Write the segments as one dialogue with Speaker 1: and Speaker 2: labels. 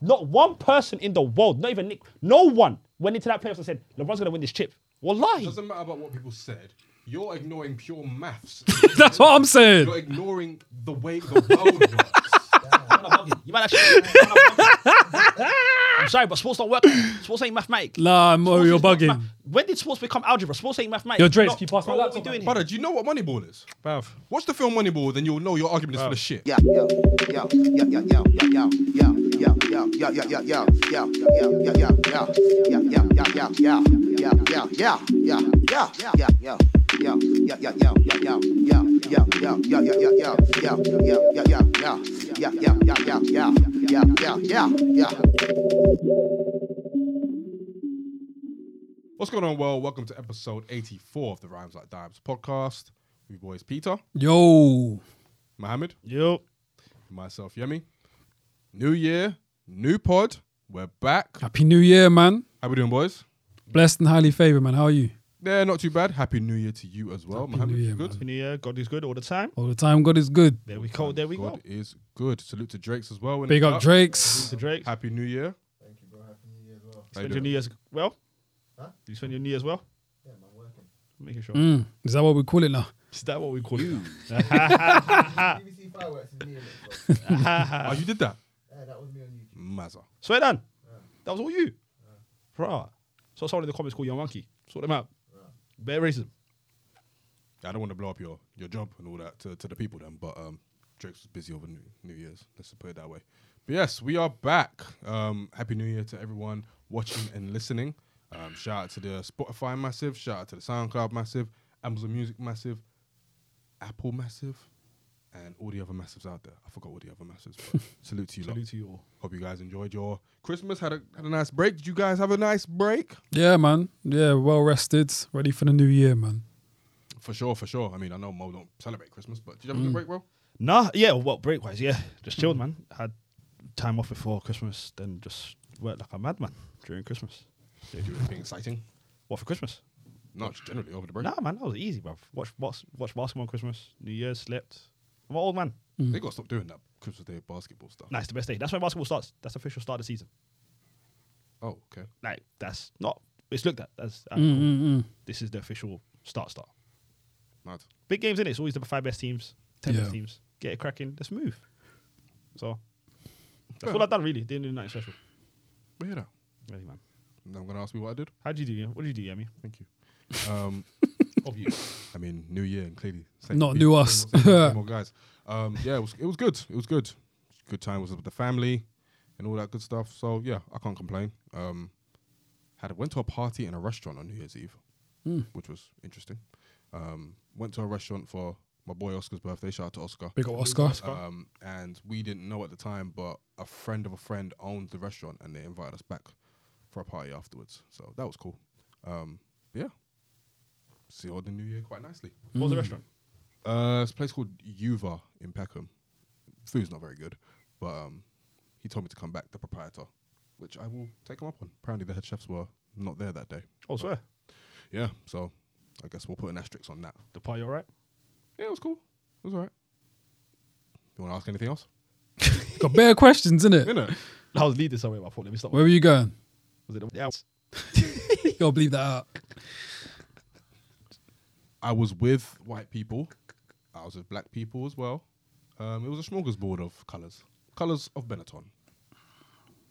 Speaker 1: Not one person in the world, not even Nick, no one went into that playoffs and said, LeBron's going to win this chip. Wallahi.
Speaker 2: Doesn't matter about what people said. You're ignoring pure maths.
Speaker 3: That's what I'm saying.
Speaker 2: You're ignoring the way the world works.
Speaker 1: You might actually. I'm sorry, but sports don't work. Sports ain't mathematics.
Speaker 3: Nah, Mo,
Speaker 1: Sports
Speaker 3: you're
Speaker 1: is not
Speaker 3: bugging.
Speaker 1: ma- when did sports become algebra? Sports ain't mathematics.
Speaker 3: Yo, Drakes,
Speaker 1: No,
Speaker 3: can you pass my
Speaker 1: bro, What are we
Speaker 3: laptop,
Speaker 1: doing here?
Speaker 2: Brother, do you know what Moneyball is?
Speaker 3: Bruv.
Speaker 2: Watch the film Moneyball, then you'll know your argument is full of shit.
Speaker 4: Yeah, yeah, yeah, yeah, yeah, yeah, yeah, yeah, yeah, yeah, yeah, yeah, yeah, yeah, yeah, yeah, yeah, yeah, yeah, yeah, yeah, yeah, yeah, yeah, yeah, yeah, yeah, yeah, yeah. Yeah, yeah, yeah, yeah, yeah, yeah, yeah, yeah, yeah, yeah, yeah, yeah, yeah, yeah, yeah, yeah, yeah, yeah, yeah, yeah, yeah, yeah, yeah, yeah, yeah, yeah, yeah.
Speaker 2: What's going on, world? Welcome to episode 84 of the Rhymes Like Dimes podcast. We boys Peter,
Speaker 3: Yo.
Speaker 2: Mohammed,
Speaker 1: Yo.
Speaker 2: myself, Yemi. New year, new pod. We're back.
Speaker 3: Happy New Year, man.
Speaker 2: How we doing, boys?
Speaker 3: Blessed and highly favored, man. How are you?
Speaker 2: Yeah, not too bad. Happy New Year to you as well, Mohammed.
Speaker 3: New
Speaker 2: you
Speaker 3: Year,
Speaker 2: good.
Speaker 1: New Year, God is good all the time.
Speaker 3: All the time, God is good.
Speaker 1: There we go. There we
Speaker 2: God
Speaker 1: go.
Speaker 2: is good. Salute to Drake's as well. in
Speaker 3: Big
Speaker 2: the
Speaker 3: up
Speaker 2: chat.
Speaker 3: Drake's.
Speaker 1: To Drake.
Speaker 2: Happy New Year. Thank
Speaker 1: Spend
Speaker 2: you,
Speaker 1: your
Speaker 2: bro.
Speaker 1: New Year's well. You spend your New Year's well. Yeah, man, working. Making sure.
Speaker 3: Mm, is that what we call it now?
Speaker 1: Is that what we call it?
Speaker 5: BBC fireworks is me in it. bro.
Speaker 2: How Oh, you did that?
Speaker 5: Yeah, that was me on YouTube.
Speaker 2: Mazza.
Speaker 1: Swear down. er That was all you, Bruh. So someone in the comments called you a monkey. Sort them out. Bare racism.
Speaker 2: I don't want to blow up your, your job and all that to, to the people then, but um, Drake's was busy over New, New Year's. Let's put it that way. But yes, we are back. Um, Happy New Year to everyone watching and listening. Um, shout out to the Spotify massive, shout out to the SoundCloud massive, Amazon Music massive, Apple massive, and all the other massives out there. I forgot all the other massives. But salute to you. lot.
Speaker 1: Salute to you all.
Speaker 2: Hope you guys enjoyed your Christmas. Had a had a nice break. Did you guys have a nice break?
Speaker 3: Yeah, man. Yeah, well rested. Ready for the new year, man.
Speaker 2: For sure, for sure. I mean, I know Mo don't celebrate Christmas, but did you have
Speaker 1: Mm.
Speaker 2: a good break, bro?
Speaker 1: Nah, yeah, well, break wise, yeah. Just chilled, man. Had time off before Christmas, then just worked like a madman during Christmas.
Speaker 2: Did you do anything exciting?
Speaker 1: What for Christmas?
Speaker 2: Not just generally over the break.
Speaker 1: Nah, man, that was easy, bruv. Watch, watch, watch basketball on Christmas, New Year's, slept. I'm an old man.
Speaker 3: Mm.
Speaker 2: They got to stop doing that Christmas Day basketball stuff.
Speaker 1: Nah, it's the best day. That's when basketball starts. That's the official start of the season.
Speaker 2: Oh, okay.
Speaker 1: Like, that's not, it's looked at as, uh,
Speaker 3: Mm, Hmm,
Speaker 1: this is the official start start.
Speaker 2: Mad.
Speaker 1: Big games in it. It's always the five best teams, ten
Speaker 3: Yeah.
Speaker 1: best teams. Get it cracking. Let's move. So, that's all I've done, really. Didn't do nothing special.
Speaker 2: But yeah,
Speaker 1: Really, man.
Speaker 2: now I'm gonna ask me what I did.
Speaker 1: How'd you do? yeah? What did you do, Yemi?
Speaker 2: Thank you. Um, of you. I mean, New Year and clearly same
Speaker 3: Not
Speaker 2: people,
Speaker 3: new
Speaker 2: same
Speaker 3: us.
Speaker 2: old- same old guys. Um, yeah, it was it was good. It was good. Good time was with the family and all that good stuff. So yeah, I can't complain. Um, had went to a party in a restaurant on New Year's Eve,
Speaker 3: Mm.
Speaker 2: which was interesting. Um, went to a restaurant for my boy Oscar's birthday. Shout out to Oscar.
Speaker 3: Big up Oscar.
Speaker 2: Um, and we didn't know at the time, but a friend of a friend owned the restaurant, and they invited us back for a party afterwards. So that was cool. Um, yeah, see all the new year quite nicely.
Speaker 1: What
Speaker 3: Mm.
Speaker 1: was the restaurant?
Speaker 2: Uh, it's a place called Yuva in Peckham. Food's not very good, but um, he told me to come back, the proprietor, which I will take him up on. Apparently, the head chefs were not there that day.
Speaker 1: Oh, swear.
Speaker 2: Yeah, so I guess we'll put an asterisk on that.
Speaker 1: The party, all right?
Speaker 2: Yeah, it was cool. It was alright. You want to ask anything else?
Speaker 3: Got bare questions, innit?
Speaker 2: Innit?
Speaker 1: I was leading somewhere, but I thought, let me stop.
Speaker 3: Where were you going?
Speaker 1: Was it the yeah.
Speaker 3: you gotta bleep that out.
Speaker 2: I was with white people. I was with black people as well. Um, it was a smorgasbord of colours. Colours of Benetton.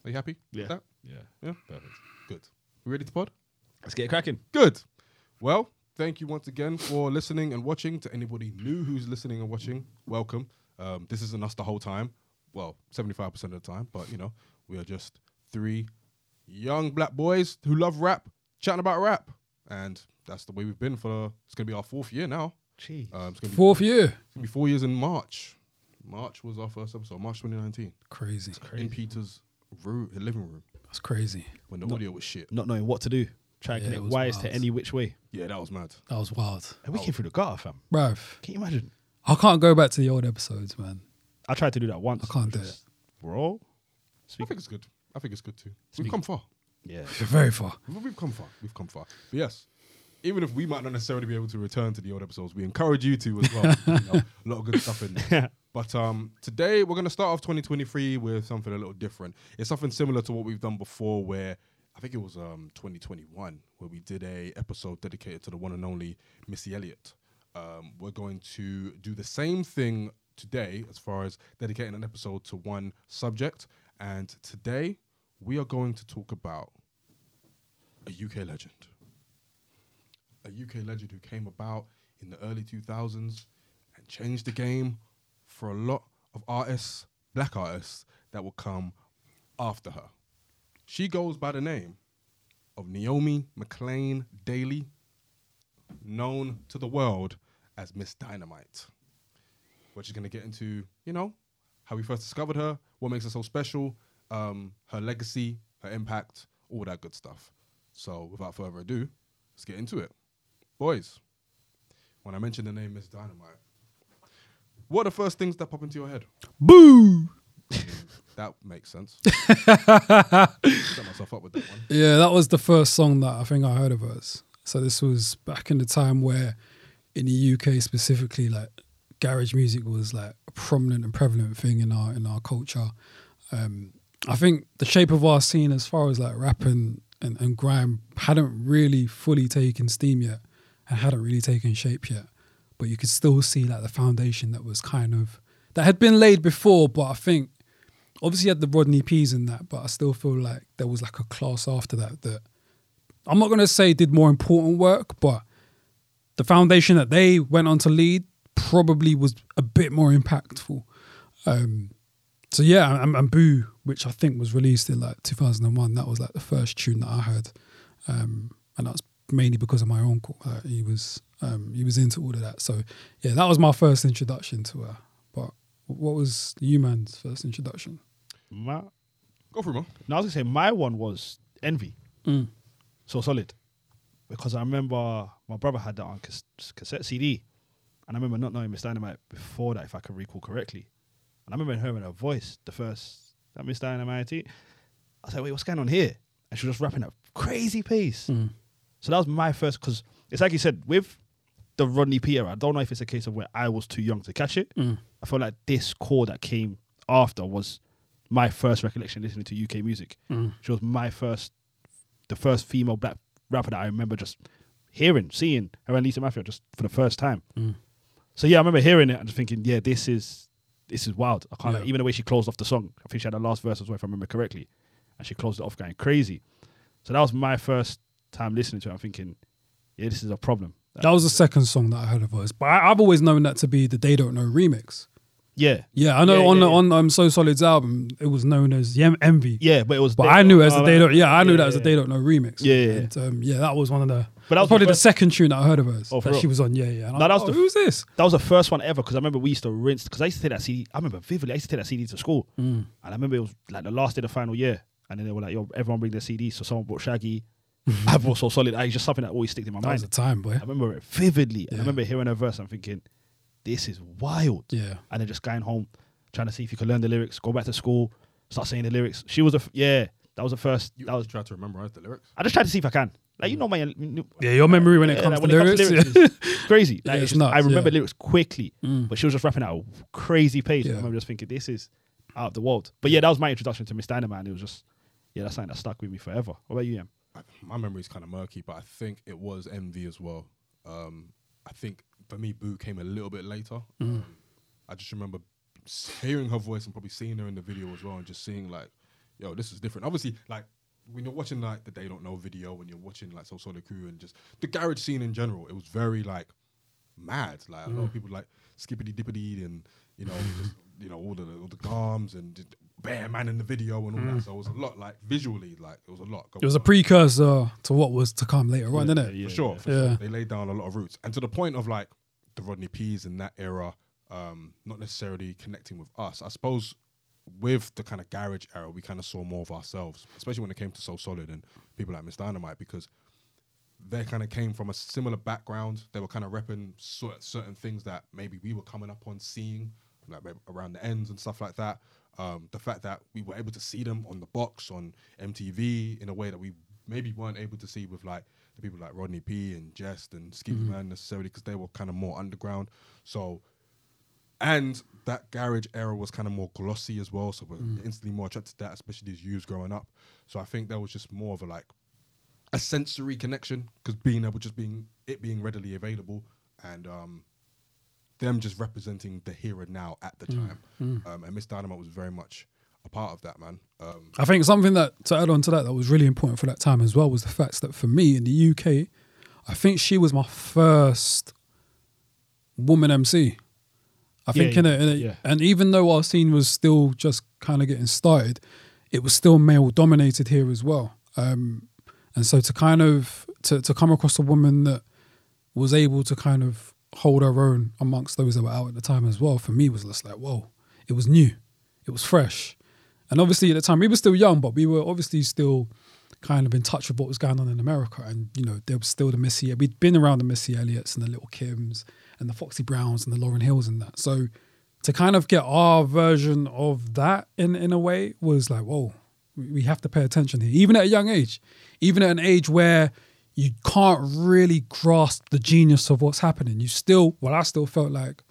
Speaker 2: Are you happy? with
Speaker 1: Yeah.
Speaker 2: that?
Speaker 1: yeah.
Speaker 2: Yeah? Perfect. Good. We ready to pod?
Speaker 1: Let's get it cracking.
Speaker 2: Good. Well, thank you once again for listening and watching. To anybody new who's listening and watching, welcome. Um, this isn't us the whole time. Well, 75% of the time, but you know, we are just three young black boys who love rap, chatting about rap. And that's the way we've been for, it's going to be our fourth year now.
Speaker 1: Jeez.
Speaker 2: Um, it's going to be
Speaker 3: Fourth year.
Speaker 2: it's gonna be four years in March. March was our first episode, March 2019,
Speaker 3: Crazy.
Speaker 2: in Peter's roo- living room
Speaker 3: That's crazy.
Speaker 2: when the audio was shit.
Speaker 1: Not knowing what to do. Trying
Speaker 3: Yeah,
Speaker 1: to
Speaker 3: it
Speaker 1: connect
Speaker 3: was
Speaker 1: wires to
Speaker 3: wild.
Speaker 1: any which way.
Speaker 2: Yeah, that was mad.
Speaker 3: That was wild.
Speaker 1: And we came through the gutter, fam.
Speaker 3: Bruv,
Speaker 1: Can you imagine?
Speaker 3: I can't go back to the old episodes, man.
Speaker 1: I tried to do that once.
Speaker 3: I can't do
Speaker 1: Just- Bro.
Speaker 2: I
Speaker 1: Speak.
Speaker 2: think it's good. I think it's good too. We've come far.
Speaker 1: Yeah.
Speaker 3: You're very far.
Speaker 2: We've we've come far. We've come far. But yes, even if we might not necessarily be able to return to the old episodes, we encourage you to as well. You know, a lot of good stuff in there. But um, today we're going to start off 2023 with something a little different. It's something similar to what we've done before, where I think it was um 2021 where we did a episode dedicated to the one and only Missy Elliott. Um, we're going to do the same thing today as far as dedicating an episode to one subject. And today we are going to talk about a UK legend a UK legend who came about in the early 2000s and changed the game for a lot of artists, black artists, that will come after her. She goes by the name of Naomi McLean Daly, known to the world as Miss Dynamite. Which is going to get into, you know, how we first discovered her, what makes her so special, um, her legacy, her impact, all that good stuff. So, without further ado, let's get into it. Boys, when I mention the name Miss Dynamite, what are the first things that pop into your head?
Speaker 3: Boo!
Speaker 2: That makes sense. Set myself up with that one.
Speaker 3: Yeah, that was the first song that I think I heard of hers. So this was back in the time where, in the UK specifically, like garage music was like a prominent and prevalent thing in our in our culture. Um, I think the shape of our scene, as far as like rap and and, and grime, hadn't really fully taken steam yet, and hadn't really taken shape yet. But you could still see like the foundation that was kind of that had been laid before. But I think obviously you had the Rodney P's in that, but I still feel like there was like a class after that that I'm not gonna say did more important work, but the foundation that they went on to lead probably was a bit more impactful. Um, so yeah, and, and Boo, which I think was released in like 2001, that was like the first tune that I heard, um, and that's mainly because of my uncle. Uh, he was um, he was into all of that. So yeah, that was my first introduction to her. But what was you man's first introduction?
Speaker 1: My,
Speaker 2: Go through, man.
Speaker 1: no, I was gonna say my one was Envy. So solid, because I remember my brother had that on cas- cassette CD, and I remember not knowing Miss Dynamite before that, if I can recall correctly. And I remember hearing her voice the first that Miss Dynamite. I was like, wait, what's going on here? And she was just rapping at crazy pace. So that was my first, because it's like you said, with the Rodney Peter, I don't know if it's a case of where I was too young to catch it. I felt like this call that came after was my first recollection listening to UK music. She was my first, the first female black rapper that I remember just hearing, seeing her and Lisa Mafia just for the first time. So yeah, I remember hearing it and just thinking, yeah, this is this is wild. I can't
Speaker 3: Yeah.
Speaker 1: even the way she closed off the song. I think she had the last verse as well, if I remember correctly, and she closed it off going crazy. So that was my first time listening to it. I'm thinking, yeah, this is a problem.
Speaker 3: That was the second song that I heard of hers, but I, I've always known that to be the They Don't Know remix.
Speaker 1: yeah,
Speaker 3: Yeah, I know
Speaker 1: Yeah,
Speaker 3: on
Speaker 1: yeah,
Speaker 3: the
Speaker 1: yeah.
Speaker 3: on um, So Solid's album, it was known as the M- Envy.
Speaker 1: yeah, but it was.
Speaker 3: But I knew it as the
Speaker 1: Oh,
Speaker 3: They Don't. Yeah, I knew
Speaker 1: yeah,
Speaker 3: that as the
Speaker 1: yeah.
Speaker 3: They Don't Know remix.
Speaker 1: Yeah, yeah, yeah.
Speaker 3: and, um, yeah, that was one of the.
Speaker 1: But that was the
Speaker 3: probably the,
Speaker 1: first-
Speaker 3: second tune that I heard of hers
Speaker 1: Oh, for
Speaker 3: that
Speaker 1: real?
Speaker 3: she was on. Yeah, yeah. And
Speaker 1: No,
Speaker 3: I-
Speaker 1: that was
Speaker 3: oh,
Speaker 1: the f-
Speaker 3: who's this?
Speaker 1: That was the first one ever because I remember we used to rinse because I used to take that CD. I remember vividly. I used to take that CD to school, and
Speaker 3: Mm.
Speaker 1: I remember it was like the last day of the final year, and then they were like, "Yo, everyone bring their CD." So someone brought Shaggy. I brought So Solid. I just something that always sticked in my
Speaker 3: That was the
Speaker 1: mind.
Speaker 3: time, boy.
Speaker 1: I remember it vividly. And
Speaker 3: Yeah.
Speaker 1: I remember hearing her verse. I'm thinking, "This is wild."
Speaker 3: Yeah.
Speaker 1: And then just going home, trying to see if you could learn the lyrics. Go back to school, start saying the lyrics. She was a f- yeah. That was the first.
Speaker 2: You
Speaker 1: That was.
Speaker 2: try to remember right, the lyrics.
Speaker 1: I just tried to see if I can. Like you know my. you-
Speaker 3: Yeah, your memory when it comes
Speaker 1: like,
Speaker 3: to lyrics. yeah.
Speaker 1: lyrics is crazy. Like,
Speaker 3: Yeah,
Speaker 1: it's
Speaker 3: it's
Speaker 1: just-
Speaker 3: nuts,
Speaker 1: I remember
Speaker 3: yeah. Mm.
Speaker 1: lyrics quickly, but she was just rapping at a crazy pace.
Speaker 3: Yeah.
Speaker 1: I remember just thinking, this is out of the world. But yeah, that was my introduction to Miss Dynamite. And it was just, yeah, that's something that stuck with me forever. What about you, Em?
Speaker 2: I, my memory's kind of murky, but I think it was MV as well. Um, I think for me, Boo came a little bit later.
Speaker 3: Mm.
Speaker 2: Um, I just remember s- hearing her voice and probably seeing her in the video as well, and just seeing like, yo, this is different. Obviously, like when you're watching like the They Don't Know video, when you're watching like Soul Solo Crew and just the garage scene in general, it was very like mad. Like a lot of
Speaker 3: Mm.
Speaker 2: people like skippity dippity and you know, just, you know all the all the garms and just bare man in the video and all that. So it was a lot like visually, like it was a lot.
Speaker 3: Mm. It was a
Speaker 2: pre.
Speaker 3: precursor to what was to come later on, didn't it?
Speaker 1: yeah,
Speaker 2: for sure. For
Speaker 3: Yeah.
Speaker 2: sure. They laid down a lot of roots. And to the point of like the Rodney P's in that era, um, not necessarily connecting with us. I suppose with the kind of garage era, we kind of saw more of ourselves, especially when it came to Soul Solid and people like Miss Dynamite, because they kind of came from a similar background. They were kind of repping cer- certain things that maybe we were coming up on seeing, like maybe around the ends and stuff like that. Um, the fact that we were able to see them on the box on MTV in a way that we maybe weren't able to see with like the people like Rodney P and Jest and Skippy Man necessarily because they were kind of more underground. So And that garage era was kind of more glossy as well, so we're instantly more attracted to that, especially these youths growing up. So I think that was just more of a like a sensory connection because being able just being it being readily available and um, them just representing the here and now at the
Speaker 3: Mm.
Speaker 2: time. Um, and Miss Dynamite was very much a part of that, man. Um,
Speaker 3: I think something that to add on to that that was really important for that time as well was the fact that for me in the UK, I think she was my first woman MC. I
Speaker 1: Yeah,
Speaker 3: think in, a,
Speaker 1: yeah,
Speaker 3: in a,
Speaker 1: yeah.
Speaker 3: and even though our scene was still just kind of getting started, it was still male dominated here as well. Um, and so to kind of to to come across a woman that was able to kind of hold her own amongst those that were out at the time as well for me was just like whoa it was new it was fresh and obviously at the time we were still young but we were obviously still kind of in touch with what was going on in america and you know there was still the missy we'd been around the missy elliots and the little kims and the foxy browns and the lauren hills and that so to kind of get our version of that in in a way was like whoa we we have to pay attention here even at a young age even at an age where you can't really grasp the genius of what's happening you still well i still felt like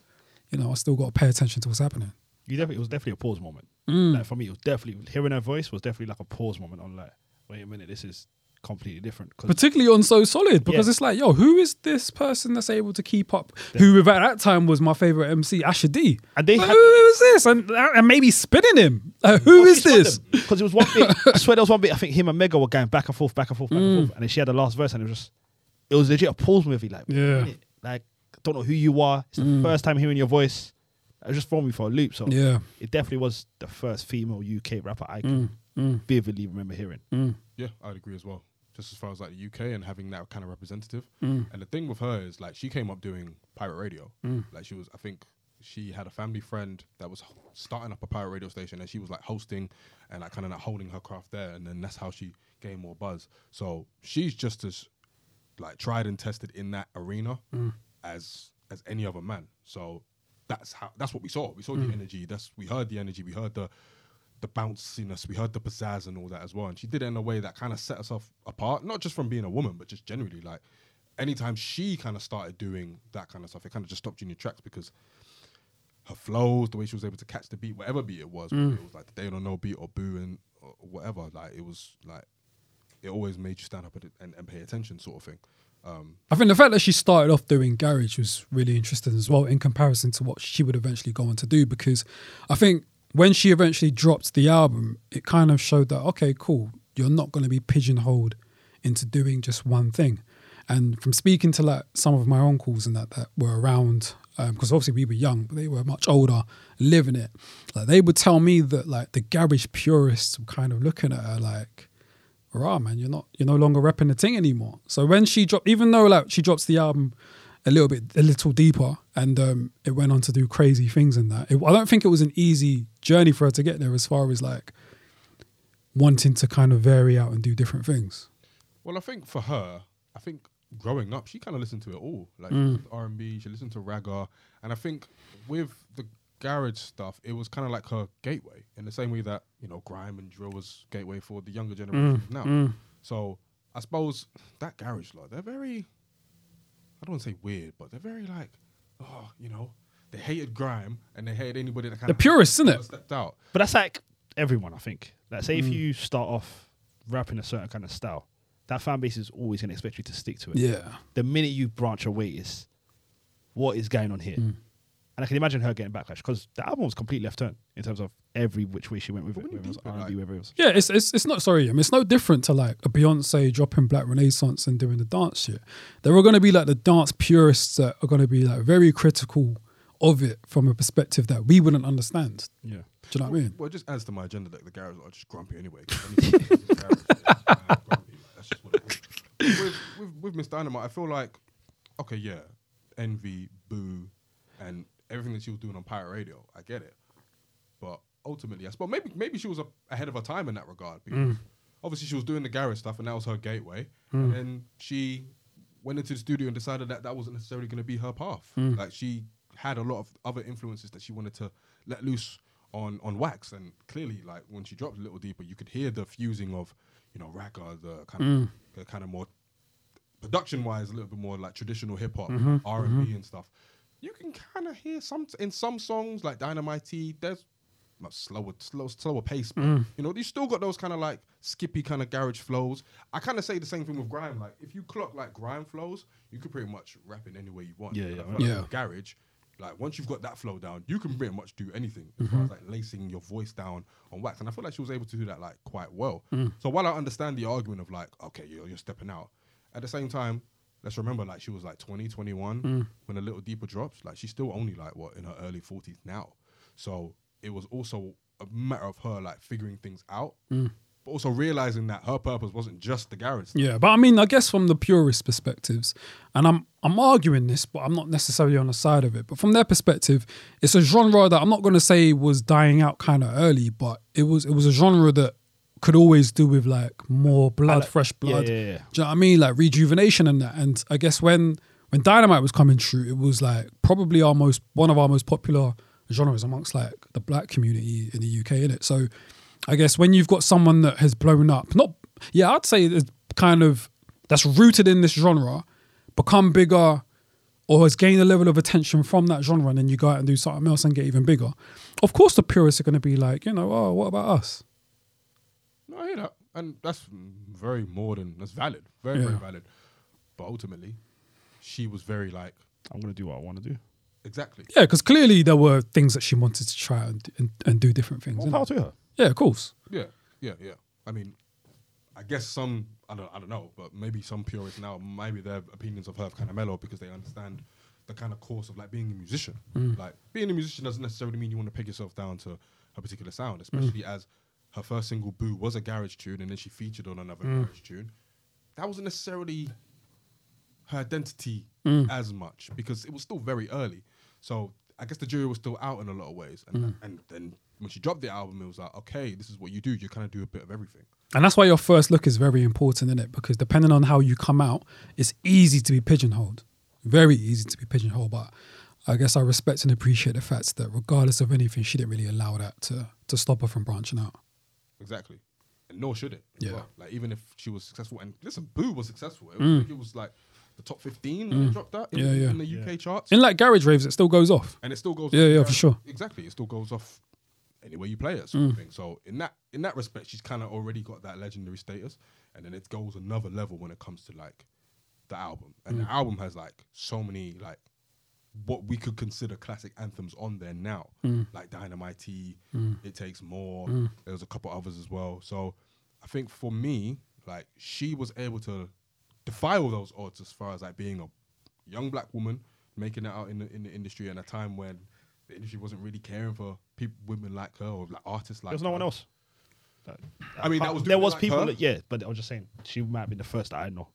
Speaker 3: you know i still got to pay attention to what's happening
Speaker 1: You definitely it was definitely a pause moment.
Speaker 3: Mm.
Speaker 1: Like for me, it was definitely hearing her voice was definitely like a pause moment. On like, wait a minute, this is completely different. 'Cause
Speaker 3: particularly on so solid because
Speaker 1: Yeah.
Speaker 3: it's like yo who is this person that's able to keep up who at that time was my favorite mc asher d
Speaker 1: And they
Speaker 3: Like,
Speaker 1: had-
Speaker 3: who is this and, and maybe spinning him Like, who is this
Speaker 1: Because it was one bit. I swear there was one bit. I think him and Mega were going back and forth, back and forth, back
Speaker 3: Mm.
Speaker 1: and forth, and then she had the last verse, and it was just, it was legit a pause movie. Like, wait a
Speaker 3: Yeah.
Speaker 1: minute, like don't know who you are. It's the first time hearing your voice. It was just throwing me for a loop. So
Speaker 3: Mm. yeah
Speaker 1: it definitely was the first female UK rapper I can
Speaker 3: Mm, mm,
Speaker 1: vividly remember hearing.
Speaker 3: mm.
Speaker 2: Yeah, I'd agree as well. Just as far as like the UK and having that kind of representative.
Speaker 3: Mm.
Speaker 2: And the thing with her is like she came up doing pirate radio.
Speaker 3: Mm.
Speaker 2: Like she was, I think she had a family friend that was h- starting up a pirate radio station, and she was like hosting and like kind of like holding her craft there, and then that's how she gained more buzz. So she's just as like tried and tested in that arena as as any other man. So that's how that's what we saw. We saw the energy. That's we heard the energy. We heard the the bounciness. We heard the pizzazz and all that as well. And she did it in a way that kind of set herself apart, not just from being a woman, but just generally. Like anytime she kind of started doing that kind of stuff, it kind of just stopped you in your tracks because her flows, the way she was able to catch the beat, whatever beat it was, whether it was like the They Don't Know beat or Boo and or whatever. Like it was like it always made you stand up and, and, and pay attention, sort of thing. Um,
Speaker 3: I think the fact that she started off doing garage was really interesting as well in comparison to what she would eventually go on to do because I think when she eventually dropped the album, it kind of showed that okay, cool, you're not going to be pigeonholed into doing just one thing. And from speaking to like some of my uncles and that that were around, because obviously we were young, but they were much older, living it. Like they would tell me that like the garage purists were kind of looking at her like, rah man, you're not you're no longer repping the thing anymore. So when she dropped, even though like she drops the album a little bit a little deeper, and um, it went on to do crazy things in that. It, I don't think it was an easy journey for her to get there as far as like wanting to kind of vary out and do different things.
Speaker 2: Well, I think for her, I think growing up, she kind of listened to it all, like
Speaker 3: Mm.
Speaker 2: R and B. She listened to ragga, and I think with the garage stuff, it was kind of like her gateway, in the same way that you know grime and drill was gateway for the younger
Speaker 3: Mm,
Speaker 2: generation now. So I suppose that garage lot, they're very I don't want to say weird, but they're very like, oh, you know, they hated grime and they hated anybody that kind
Speaker 3: They're purists, innit?
Speaker 2: Stepped out.
Speaker 1: But that's like everyone, I think. Like, say if
Speaker 3: Mm.
Speaker 1: you start off rapping a certain kind of style, that fan base is always going to expect you to stick to it.
Speaker 3: Yeah,
Speaker 1: The minute you branch away, is what is going on here?
Speaker 3: Mm.
Speaker 1: And I can imagine her getting backlash because the album was complete left turn in terms of every which way she went with it, whether it was
Speaker 2: it,
Speaker 1: R and B,
Speaker 2: like-
Speaker 1: whether it was
Speaker 3: yeah. It's it's it's not sorry. I mean, it's no different to like a Beyonce dropping Black Renaissance and doing the dance shit. There are going to be like the dance purists that are going to be like very critical of it from a perspective that we wouldn't understand.
Speaker 1: yeah.
Speaker 3: Do you know what I mean?
Speaker 2: Well, it just adds to my agenda that the Garrows are just grumpy anyway. 'cause anything that happens in the Garrows, they're just mad grumpy. That's just what it is. With, with, with Miss Dynamite, I feel like, okay, yeah, Envy, Boo, and everything that she was doing on Pirate Radio, I get it. But ultimately, I suppose maybe maybe she was a, ahead of her time in that regard. Because Obviously, she was doing the garage stuff, and that was her gateway. And then she went into the studio and decided that that wasn't necessarily going to be her path. Like she had a lot of other influences that she wanted to let loose on on wax. And clearly, like when she dropped a little deeper, you could hear the fusing of you know ragga, the kind of the kind of more production wise a little bit more like traditional hip hop, R and B and stuff. you can kind of hear some in some songs like Dynamite. There's much slower, slow, slower pace. But, You know, you still got those kind of like skippy kind of garage flows. I kind of say the same thing with grime. Like if you clock like grime flows, you can pretty much rap in any way you want.
Speaker 1: Yeah,
Speaker 2: And I
Speaker 1: yeah,
Speaker 2: feel like
Speaker 3: yeah.
Speaker 2: with Garage. Like once you've got that flow down, you can pretty much do anything as far as like lacing your voice down on wax. And I feel like she was able to do that like quite well. So while I understand the argument of like, okay, you're, you're stepping out, at the same time, let's remember like she was like 20, 21 when a little deeper drops. Like she's still only like what in her early 40s now. So it was also a matter of her like figuring things out, but also realizing that her purpose wasn't just the garage. stuff.
Speaker 3: Yeah, but I mean, I guess from the purist perspectives, and I'm I'm arguing this, but I'm not necessarily on the side of it. But from their perspective, it's a genre that I'm not going to say was dying out kind of early, but it was it was a genre that could always do with like more blood, fresh blood.
Speaker 1: yeah, yeah.
Speaker 3: Do you know what I mean? Like rejuvenation and that. And I guess when when Dynamite was coming through, it was like probably our most one of our most popular genres amongst like the black community in the UK, innit? So I guess when you've got someone that has blown up, not yeah, I'd say it's kind of that's rooted in this genre, become bigger or has gained a level of attention from that genre and then you go out and do something else and get even bigger. Of course the purists are gonna be like, you know, oh, what about us?
Speaker 2: No, I hear that, and that's very more than that's valid, very very
Speaker 3: Yeah.
Speaker 2: valid. But ultimately, she was very like
Speaker 1: I'm gonna do what I want to do.
Speaker 2: exactly.
Speaker 3: Yeah, because clearly there were things that she wanted to try and and, and do different things.
Speaker 1: More
Speaker 3: innit?
Speaker 1: power to her.
Speaker 3: Yeah, of course.
Speaker 2: Yeah, yeah, yeah. I mean, I guess some I don't I don't know, but maybe some purists now maybe their opinions of her have kind of mellowed because they understand the kind of course of like being a musician. Like being a musician doesn't necessarily mean you want to peg yourself down to a particular sound, especially as her first single "Boo" was a garage tune, and then she featured on another garage tune. That wasn't necessarily her identity
Speaker 3: Mm.
Speaker 2: as much because it was still very early. So I guess the jury was still out in a lot of ways. And,
Speaker 3: Mm.
Speaker 2: and then when she dropped the album, it was like, okay, this is what you do. You kind of do a bit of everything.
Speaker 3: And that's why your first look is very important, isn't it? Because depending on how you come out, it's easy to be pigeonholed. Very easy to be pigeonholed. But I guess I respect and appreciate the fact that regardless of anything, she didn't really allow that to to stop her from branching out.
Speaker 2: Exactly. And nor should it. as
Speaker 3: Yeah.
Speaker 2: well. Like even if she was successful, and listen, Boo was successful. It was, like, it was like the top 15 when they dropped that in,
Speaker 3: Mm. Yeah, yeah.
Speaker 2: in the UK charts.
Speaker 3: In like garage raves, it still goes off.
Speaker 2: and it still goes.
Speaker 3: Yeah,
Speaker 2: off-
Speaker 3: yeah, for sure. Mm.
Speaker 2: Exactly, it still goes off any way you play it, sort of thing. So in that in that respect, she's kind of already got that legendary status, and then it goes another level when it comes to like the album. And
Speaker 3: Mm.
Speaker 2: the album has like so many like what we could consider classic anthems on there now, like Dynamite, It Takes More. There was a couple others as well. So I think for me, like she was able to defy all those odds as far as like being a young black woman making it out in the, in the industry in a time when the industry wasn't really caring for people, women like her or like artists like
Speaker 1: There's no one
Speaker 2: her.
Speaker 1: else. That-
Speaker 2: I mean, that was
Speaker 1: there
Speaker 2: doing it
Speaker 1: was
Speaker 2: like
Speaker 1: people.
Speaker 2: her.
Speaker 1: That, yeah, but I was just saying she might have been the first that I know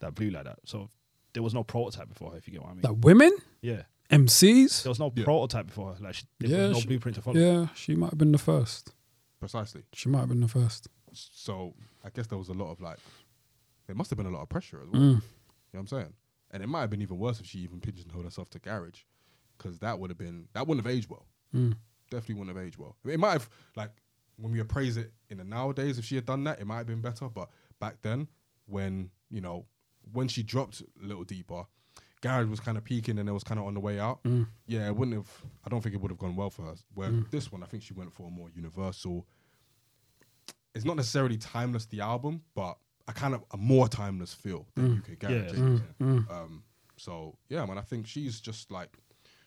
Speaker 1: that blew like that. So there was no prototype before her. If you get what I mean.
Speaker 3: Like women,
Speaker 1: yeah,
Speaker 3: MCs.
Speaker 1: there was no
Speaker 2: Yeah.
Speaker 1: prototype before her. Like she, there
Speaker 3: Yeah,
Speaker 1: was no
Speaker 3: she-
Speaker 1: blueprint to follow.
Speaker 3: Yeah, she might have been the first.
Speaker 2: Precisely.
Speaker 3: She might have been the first.
Speaker 2: so I guess there was a lot of like, there must have been a lot of pressure as well. You know what I'm saying? And it might have been even worse if she even pigeonholed herself to garage, because that would have been that wouldn't have aged well. Definitely wouldn't have aged well. I mean, it might have like when we appraise it in the nowadays, if she had done that, it might have been better. But back then, when you know when she dropped a little deeper. Garage was kind of peaking and it was kind of on the way out. Yeah, it wouldn't have. I don't think it would have gone well for her. Where this one, I think she went for a more universal, it's not necessarily timeless the album, but I kind of a more timeless feel than UK Garage.
Speaker 1: Yeah.
Speaker 2: is,
Speaker 3: Mm,
Speaker 2: yeah. Um, so yeah, man, I think she's just like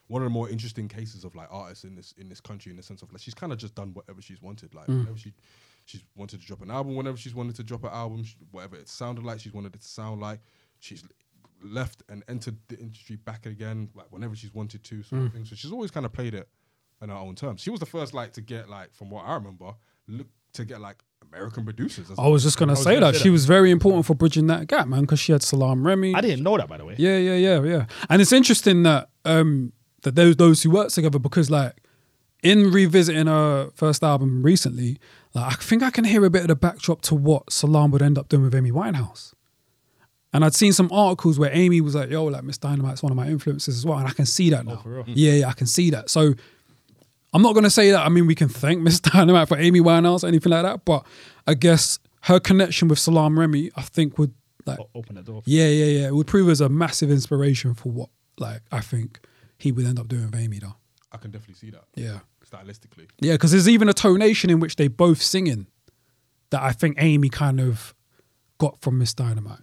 Speaker 2: one of the more interesting cases of like artists in this in this country in the sense of like she's kind of just done whatever she's wanted.
Speaker 3: Mm.
Speaker 2: Like whenever she she's wanted to drop an album, whenever she's wanted to drop an album, sh whatever it sounded like, she's wanted it to sound like. She's left and entered the industry back again, like whenever she's wanted to, sort
Speaker 3: Mm.
Speaker 2: of thing. So she's always kind of played it on her own terms. She was the first like to get like, from what I remember, look to get like American producers. As
Speaker 3: I was just gonna
Speaker 1: was
Speaker 3: say
Speaker 1: gonna
Speaker 3: that
Speaker 1: say
Speaker 3: she
Speaker 1: that.
Speaker 3: was very important for bridging that gap, man, because she had Salam Remy.
Speaker 1: I didn't know that by the way.
Speaker 3: Yeah, yeah, yeah, yeah. And it's interesting that um that those those who work together because like in revisiting her first album recently, like I think I can hear a bit of the backdrop to what Salam would end up doing with Amy Winehouse. And I'd seen some articles where Amy was like, "Yo, like Miss Dynamite's one of my influences as well," and I can see that now.
Speaker 1: Oh, for real?
Speaker 3: Yeah, yeah, I can see that. So I'm not going to say that. I mean, we can thank Miss Dynamite for Amy Winehouse or anything like that, but I guess her connection with Salam Remy, I think, would like
Speaker 1: O- Open the door.
Speaker 3: yeah, yeah, yeah. It would prove as a massive inspiration for what, like, I think he would end up doing with Amy though.
Speaker 2: I can definitely see that
Speaker 3: Yeah.
Speaker 2: stylistically.
Speaker 3: Yeah, because there's even a tonation in which they both singing that I think Amy kind of got from Miss Dynamite.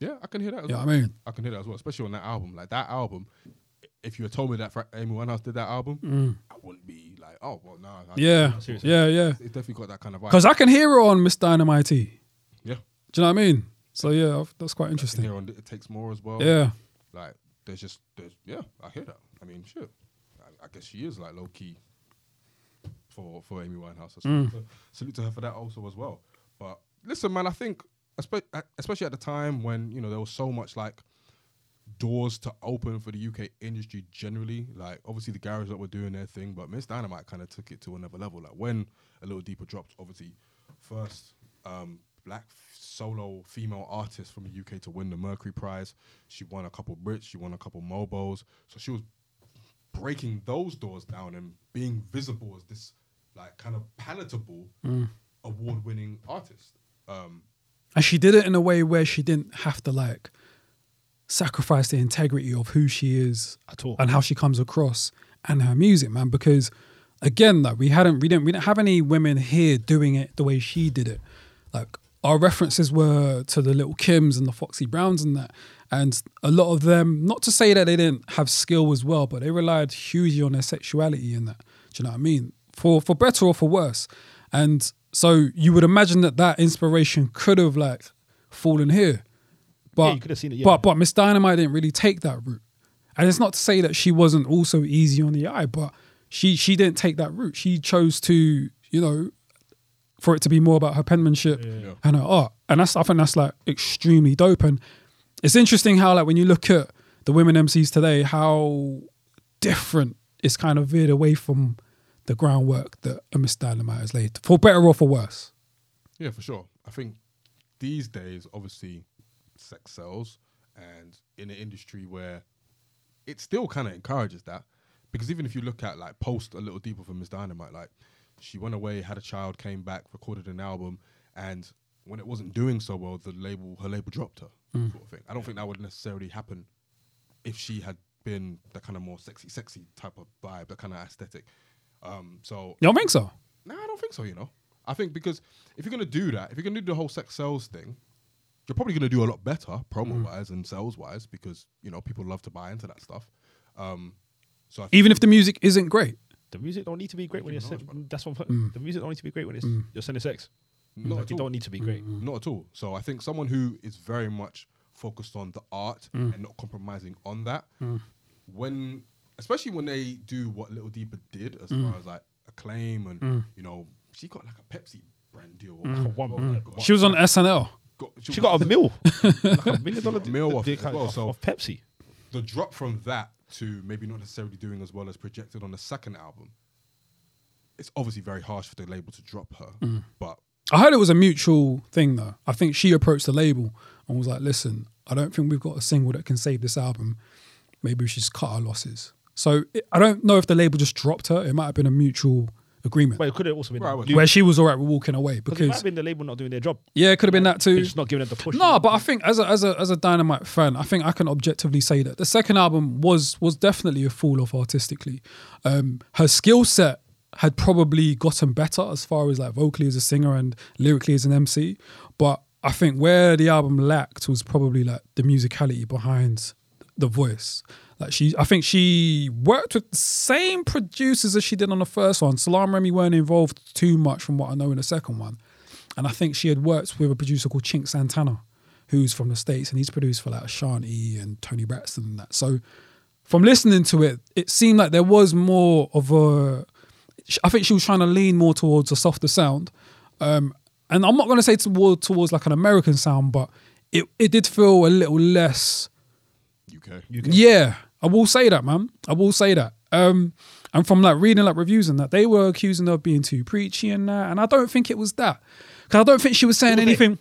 Speaker 2: Yeah, I can hear that. As
Speaker 3: Yeah,
Speaker 2: well.
Speaker 3: I mean.
Speaker 2: I can hear that as well, especially on that album. Like that album, if you had told me that Fra- Amy Winehouse did that album, I wouldn't be like, oh well, no. I-
Speaker 3: Mm. Yeah,
Speaker 1: Seriously.
Speaker 3: yeah, yeah.
Speaker 2: it's definitely got that kind of vibe.
Speaker 3: Because I can hear her on Miss Dynamite. Do
Speaker 2: yeah,
Speaker 3: you know what I mean? So yeah, I've- that's
Speaker 2: I
Speaker 3: quite
Speaker 2: can hear
Speaker 3: interesting.
Speaker 2: on it takes more as well.
Speaker 3: Yeah,
Speaker 2: like there's just there's yeah, I hear that. I mean, shit. I, I guess she is like low key for for Amy
Speaker 3: Mm.
Speaker 2: Winehouse. I salute, to, salute to her for that also as well. But listen, man, I think espe- uh, especially at the time when you know there was so much like doors to open for the UK industry generally. Like obviously the garage that were doing their thing, but Miss Dynamite kind of took it to another level. Like when a little deeper dropped, obviously first um, black f- solo female artist from the UK to win the Mercury Prize. She won a couple Brits, she won a couple Mobos, so she was breaking those doors down and being visible as this like kind of palatable award-winning artist. Um,
Speaker 3: and she did it in a way where she didn't have to like sacrifice the integrity of who she is
Speaker 1: At all.
Speaker 3: and how she comes across and her music, man. Because again, like we hadn't, we didn't, we didn't have any women here doing it the way she did it. Like our references were to the little Kims and the Foxy Browns and that, and a lot of them. Not to say that they didn't have skill as well, but they relied hugely on their sexuality and that. Do you know what I mean? For for better or for worse, and so you would imagine that that inspiration could have like fallen here, but
Speaker 1: Yeah, you could have seen it, yeah.
Speaker 3: But but Miss Dynamite didn't really take that route. And it's not to say that she wasn't also easy on the eye, but she she didn't take that route. She chose to, you know, for it to be more about her penmanship
Speaker 2: Yeah.
Speaker 3: and her art. And that's I think that's like extremely dope. And it's interesting how like when you look at the women MCs today, how different it's kind of veered away from the groundwork that a Miss Dynamite has laid, for better or for worse.
Speaker 2: Yeah, for sure. I think these days, obviously, sex sells, and in an industry where it still kind of encourages that, because even if you look at like post a little deeper for Miss Dynamite, like she went away, had a child, came back, recorded an album, and when it wasn't doing so well, the label her label dropped her, sort of thing. I don't think that would necessarily happen if she had been the kind of more sexy, sexy type of vibe, that kind of aesthetic. Um, so
Speaker 3: You don't think so?
Speaker 2: no, I don't think so, you know. I think because if you're going to do that, if you're going to do the whole sex sales thing, you're probably going to do a lot better promo wise and sales wise because, you know, people love to buy into that stuff. Um, so I think
Speaker 3: Even if the music isn't great.
Speaker 1: The music don't need to be great when you're.
Speaker 2: Nicki
Speaker 1: Se-
Speaker 2: Minaj, brother.
Speaker 1: that's what I'm put-
Speaker 3: Mm.
Speaker 1: The music don't need to be great when it's you're sending sex.
Speaker 2: Mm. Not
Speaker 1: like,
Speaker 2: at
Speaker 1: it
Speaker 2: all. Mm.
Speaker 1: don't need to be great.
Speaker 2: Not at all. So I think someone who is very much focused on the art and not compromising on that, when especially when they do what Little Deeper did as far as like acclaim and you know she got like a Pepsi brand deal. Oh
Speaker 1: One-
Speaker 2: Got-
Speaker 3: She was on SNL.
Speaker 2: got-
Speaker 1: She got a
Speaker 3: Mm.
Speaker 1: mil, like a million dollar
Speaker 2: got a mil
Speaker 1: d-
Speaker 2: off
Speaker 1: d-
Speaker 2: it as well,
Speaker 1: off-
Speaker 2: so-
Speaker 1: off Pepsi.
Speaker 2: the drop from that to maybe not necessarily doing as well as projected on the second album, it's obviously very harsh for the label to drop her. But
Speaker 3: I heard it was a mutual thing though. I think she approached the label and was like, "Listen, I don't think we've got a single that can save this album. Maybe we should just cut our losses." So it- I don't know if the label just dropped her. It might have been a mutual agreement
Speaker 1: But it could have also been
Speaker 2: Right, I would-
Speaker 1: Luke-
Speaker 3: where she was all right with walking
Speaker 1: 'cause
Speaker 3: away
Speaker 1: it might
Speaker 3: because
Speaker 1: have been the label not doing their job.
Speaker 3: yeah, it could have been that
Speaker 1: They're
Speaker 3: too.
Speaker 1: just not giving it the push.
Speaker 3: No, but I think as a as a as a Dynamite fan, I think I can objectively say that the second album was was definitely a fall off artistically. Um, her skill set had probably gotten better as far as like vocally as a singer and lyrically as an MC, but I think where the album lacked was probably like the musicality behind the voice. Like she, I think she worked with the same producers as she did on the first one. Salam Remy weren't involved too much, from what I know, in the second one. And I think she had worked with a producer called Chink Santana, who's from the States and he's produced for like Ashanti and Tony Braxton and that. So from listening to it, it seemed like there was more of a. I think she was trying to lean more towards a softer sound. Um, and I'm not going to say toward, towards like an American sound, but it, it did feel a little less.
Speaker 2: UK,
Speaker 3: Yeah, I will say that, man. I will say that. Um, and from like reading like reviews and that, they were accusing her of being too preachy and that, and I don't think it was that because I don't think she was saying
Speaker 1: was it?
Speaker 3: anything.